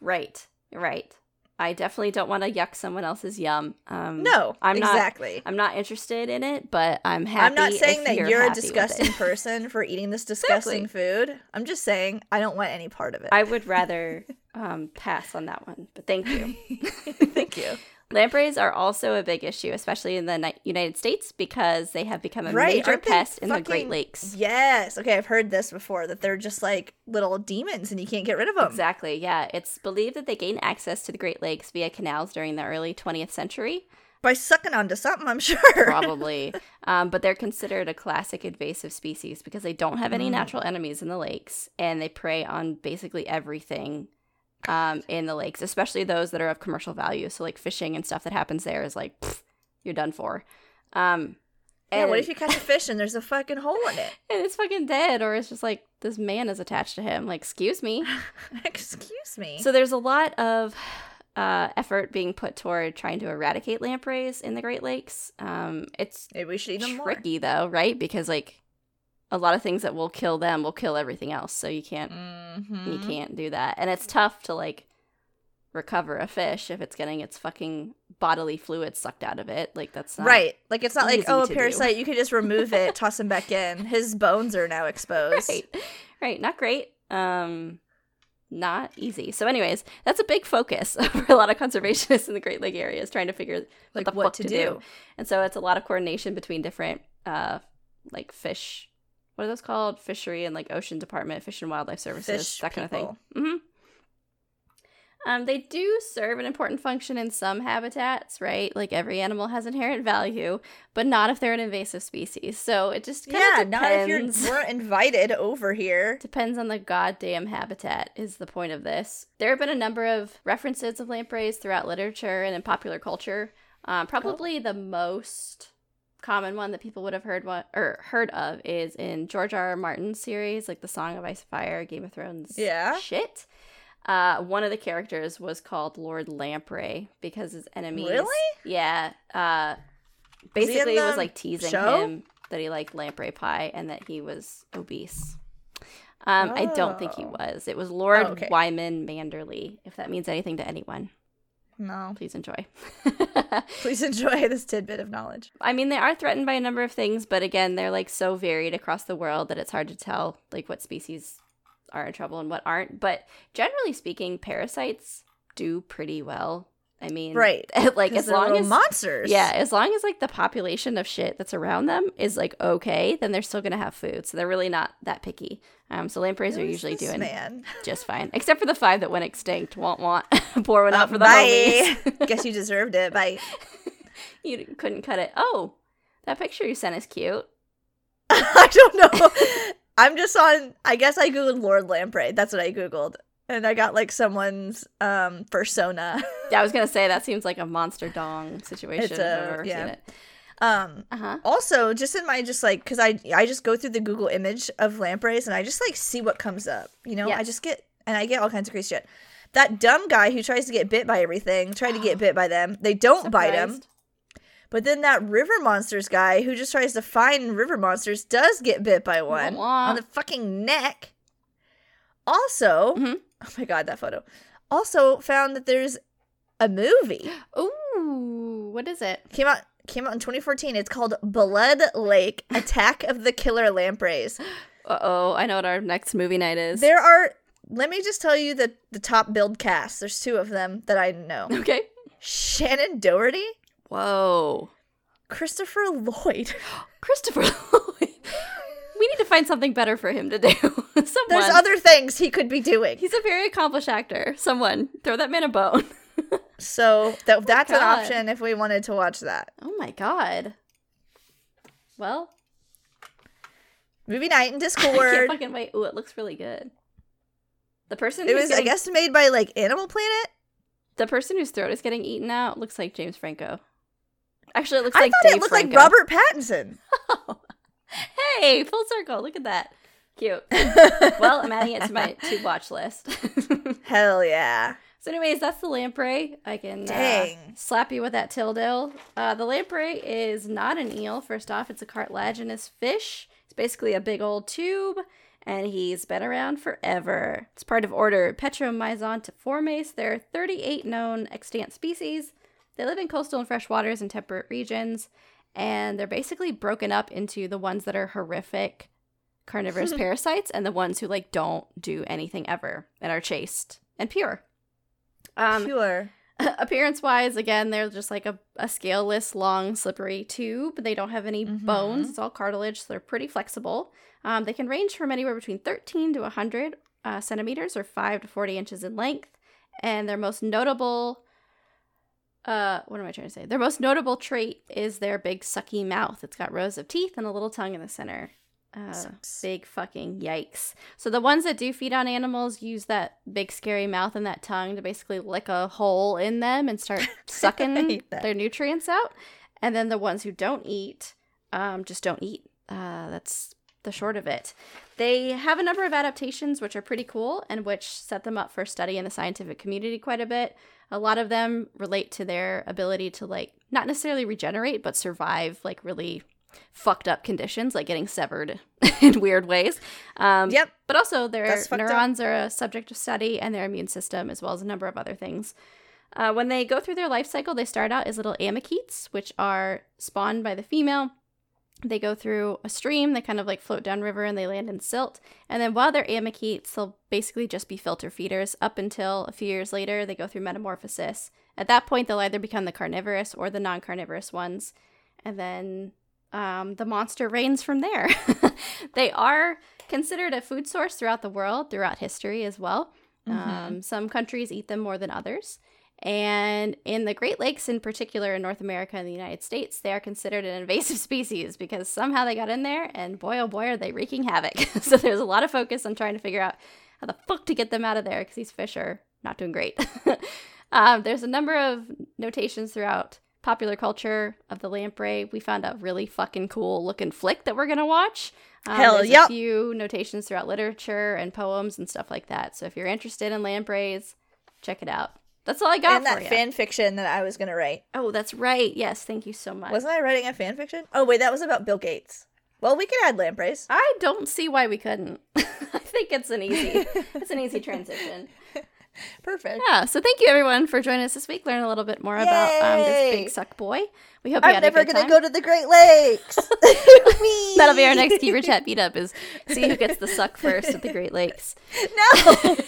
right, right. I definitely don't want to yuck someone else's yum. Um, No, I'm not- exactly. I'm not interested in it, but I'm happy. I'm not if saying that you're, you're, a happy with it. [laughs] disgusting person for eating this disgusting food. I'm just saying I don't want any part of it. I would rather um, pass on that one, but thank you. [laughs] Thank you. Lampreys are also a big issue, especially in the Ni- United States, because they have become a Right, major aren't they pest in the Great fucking- Lakes. Yes. Okay, I've heard this before that they're just like little demons and you can't get rid of them. Exactly, yeah. It's believed that they gained access to the Great Lakes via canals during the early 20th century, By sucking onto something, I'm [laughs] sure. probably. [laughs] um, but they're considered a classic invasive species because they don't have any Mm. natural enemies in the lakes and they prey on basically everything um, in the lakes, especially those that are of commercial value. So, like fishing and stuff that happens there is like, pfft, you're done for. Um, yeah, and, what if you catch a fish and there's a fucking hole in it? [laughs] and [laughs] it's fucking dead, or it's just like this man is attached to him? Like, excuse me. Excuse me. So there's a lot of uh, effort being put toward trying to eradicate lampreys in the Great Lakes. Um, it's Maybe we should eat them more. tricky though, right? Because like a lot of things that will kill them will kill everything else. So you can't Mhm. you can't do that, and it's tough to like recover a fish if it's getting its fucking bodily fluids sucked out of it. Like that's not [laughs] Right. Like it's not like, easy oh, to a do. parasite, you could just remove it, toss him back in. His bones are now [laughs] exposed. right right not great um not easy so anyways that's a big focus [laughs] for a lot of conservationists in the great lake area is trying to figure Like the what fuck to to do. do. and so it's a lot of coordination between different uh like fish what are those called? Fishery and like ocean department, fish and wildlife services, Fish that kind people. of thing. hmm Um, they do serve an important function in some habitats, right? Like every animal has inherent value, but not if they're an invasive species. So it just kind yeah, of depends. not if you weren't invited [laughs] over here. Depends on the goddamn habitat, is the point of this. There have been a number of references of lampreys throughout literature and in popular culture. Um, probably the most common one that people would have heard one, or heard of is in George R. R. Martin's series, like The Song of Ice and Fire, Game of Thrones Yeah. shit. Uh, one of the characters was called Lord Lamprey because his enemies. Really? Yeah. Uh, Was he in basically, was the like teasing show? him that he liked lamprey pie and that he was obese. Um, I don't think he Oh. was. It was Lord Oh, okay. Wyman Manderley. If that means anything to anyone, No. please enjoy. [laughs] Please [laughs] enjoy this tidbit of knowledge. I mean, they are threatened by a number of things, but again, they're like so varied across the world that it's hard to tell like what species are in trouble and what aren't. But generally speaking, parasites do pretty well. I mean, Right. [laughs] like 'Cause as they're long little as monsters. yeah, as long as like the population of shit that's around them is like okay, then they're still gonna have food, so they're really not that picky. Um, so lampreys are Who's usually this doing [laughs] Man. [laughs] just fine, except for the five that went extinct. Won't want [laughs] pour one out for the Uh, Bye. homies. [laughs] Guess you deserved it. Bye. you couldn't cut it. Oh, that picture you sent is cute. [laughs] I don't know. [laughs] I'm just on. I guess I googled Lord Lamprey. That's what I googled, and I got like someone's um persona. [laughs] Yeah, I was gonna say that seems like a monster dong situation. It's if I've a- ever yeah. seen it. Um. Uh huh. Also, just in my just like because I I just go through the Google image of lampreys and I just like see what comes up. You know, Yeah. I just get and I get all kinds of crazy shit. That dumb guy who tries to get bit by everything tried [gasps] to get bit by them. They don't bite him. But then that river monsters guy who just tries to find river monsters does get bit by one wah. on the fucking neck. Also, Mhm. oh my god, that photo. Also found that there's a movie [gasps] Ooh, what is it? came out came out in 2014. It's called Blood [laughs] Lake: Attack of the [gasps] Killer Lampreys. Uh oh, I know what our next movie night is. There are. Let me just tell you the the top build cast. There's two of them that [laughs] I know: [laughs] okay. Shannon Doherty, Whoa, Christopher Lloyd. [laughs] Christopher. [laughs] Lloyd. we need to find something better for him to do. [laughs] Someone. There's other things he could be doing. He's a very accomplished actor. Someone throw that man a bone. So th- that's an Oh God. option if we wanted to watch that. oh my god. Well, [laughs] Movie night I can't in Discord. fucking wait. Ooh, it looks really good. The person It who's was, I getting- guess, made by like Animal Planet. the person whose throat is getting eaten out looks like James Franco. Actually, it looks I like thought Dave it looked Franco. like Robert Pattinson. Hey, full circle. Look at that. [laughs] Cute. Well, I'm adding it to my to watch list. [laughs] so, Hell yeah! anyways, that's the lamprey. I can uh, Dang. slap you with that tildil. Uh, the lamprey is not an eel. First off, it's a cartilaginous fish. It's basically a big old tube, and he's been around forever. It's part of order Petromyzontiformes. There are 38 known extant species. They live in coastal and fresh waters and temperate regions, and they're basically broken up into the ones that are horrific carnivorous parasites and the ones who like don't do anything ever and are chaste and pure. Um, [laughs] Pure. appearance wise again they're just like a, a scaleless long slippery tube they don't have any Mhm. bones it's all cartilage so they're pretty flexible um, they can range from anywhere between 13 to 100 uh, centimeters or 5 to 40 inches in length and their most notable uh, what am i trying to say their most notable trait is their big sucky mouth it's got rows of teeth and a little tongue in the center uh, Sucks. big fucking yikes. So the ones that do feed on animals use that big scary mouth and that tongue to basically lick a hole in them and [laughs] start sucking hate that. their nutrients out. And then the ones who don't eat, um, just don't eat. Uh, that's the short of it. They have a number of adaptations which are pretty cool and which set them up for study in the scientific community quite a bit. A lot of them relate to their ability to like not necessarily regenerate but survive like really fucked up conditions like getting severed [laughs] in weird ways. Um, Yep. But also their That's fucked up. neurons are a subject of study and their immune system as well as a number of other things. Uh, when they go through their life cycle, they start out as little amakeets, which are spawned by the female. They go through a stream, they kind of like float down river and they land in silt. And then while they're amakeets, they'll basically just be filter feeders up until a few years later they go through metamorphosis. At that point, they'll either become the carnivorous or the non carnivorous ones. And then um, the monster reigns from there. [laughs] they are considered a food source throughout the world, throughout history as well. Mm-hmm. Um, some countries eat them more than others. And in the Great Lakes, in particular, in North America and the United States, they are considered an invasive [laughs] species because somehow they got in there, and boy, oh boy, are they wreaking havoc. [laughs] so there's a lot of focus on trying to figure out how the fuck to get them out of there because these fish are not doing great. [laughs] um, there's a number of notations throughout popular culture of the lamprey. We found a really fucking cool looking flick that we're gonna watch. Um, Hell there's yep. A few notations throughout literature and poems and stuff like that. So if you're interested in lampreys, check it out. That's all I got and for that you. fan fiction that I was gonna write. oh, that's right. Yes, thank you so much. Wasn't I writing a fan fiction? Oh wait, that was about Bill Gates. Well, we can add lampreys. I don't see why we couldn't. [laughs] I think it's an [laughs] easy, it's an easy transition. Perfect. Yeah. So thank you everyone for joining us this week. Learn a little bit more about um, this Yay. big suck boy. We hope you I'm had never a good time. gonna go to the [laughs] Great Lakes. [laughs] Whee! That'll be our [laughs] next Keeper Chat meetup is see who gets the suck first at the Great [laughs] Lakes. [laughs]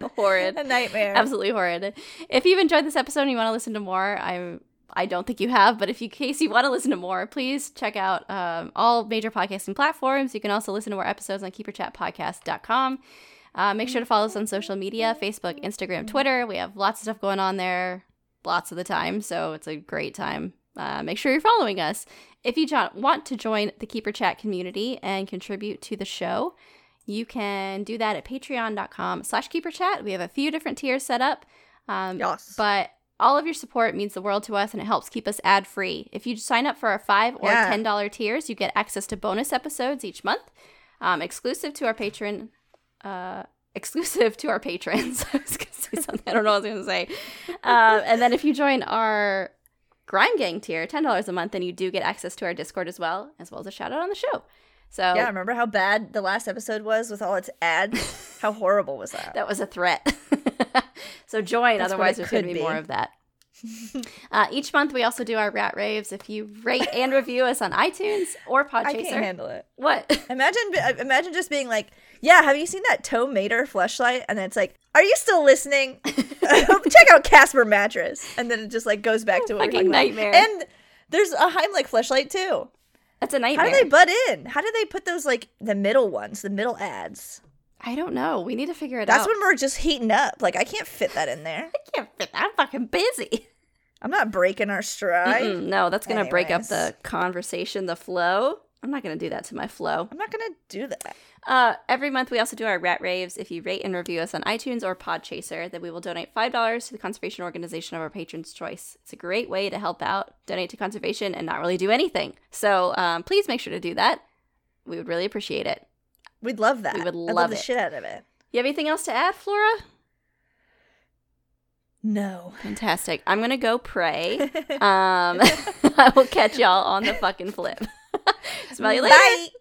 No, horrid. a nightmare. Absolutely horrid. If you've enjoyed this episode and you want to listen to more, I'm I don't think you have, but if you in case you want to listen to more, please check out um, all major podcasting platforms. You can also listen to more episodes on keeperchatpodcast.com. Uh, make sure to follow us on social media Facebook, Instagram, Twitter. We have lots of stuff going on there lots of the time, so it's a great time. Uh, make sure you're following us. If you jo- want to join the Keeper Chat community and contribute to the show, you can do that at patreon.com slash keeper chat. We have a few different tiers set up. Um, Yes. But all of your support means the world to us and it helps keep us ad free. If you sign up for our five or Yeah. ten dollar tiers, you get access to bonus episodes each month, um, exclusive to our patron. Uh, exclusive to our patrons. [laughs] I was gonna say something. I don't know what I was gonna say. Um, and then if you join our Grime Gang tier, ten dollars a month, then you do get access to our Discord as well, as well as a shout out on the show. So yeah, remember how bad the last episode was with all its [laughs] ads? how horrible was that? That was a threat. [laughs] so join, That's what otherwise it there's going to could be, be. more of [laughs] that. uh, each month we also do our rat raves. If you rate and review us on iTunes or I can't Podchaser, handle it. what? [laughs] Imagine, uh, imagine just being like, "Yeah, have you seen that Toe Mater flashlight?" And then it's like, "Are you [laughs] still listening? [laughs] Check out Casper mattress." And then it just like goes back to what we were Fucking talking about. nightmare. And there's a Heimlich flashlight too. That's a How nightmare. do they butt in? How do they put those like the middle ones, the middle ads? I don't know. We need to figure it That's out. when we're just heating up. Like I can't fit that in there. I can't fit. I'm fucking busy. I'm not breaking our stride. Mm-mm, no, that's going to break up Anyways. the conversation, the flow. I'm not going to do that to my flow. I'm not gonna do that. Uh, every month, we also do our rat raves. If you rate and review us on iTunes or Podchaser, then we will donate $5 to the conservation organization of our patrons' choice. It's a great way to help out, donate to conservation, and not really do anything. So um, please make sure to do that. We would really appreciate it. We'd love that. We would I'd love the it. shit out of it. You have anything else to add, Flora? No. Fantastic. I'm going to go pray. [laughs] [laughs] Um, I will catch y'all on the fucking flip. [laughs] Smell you later. Bye.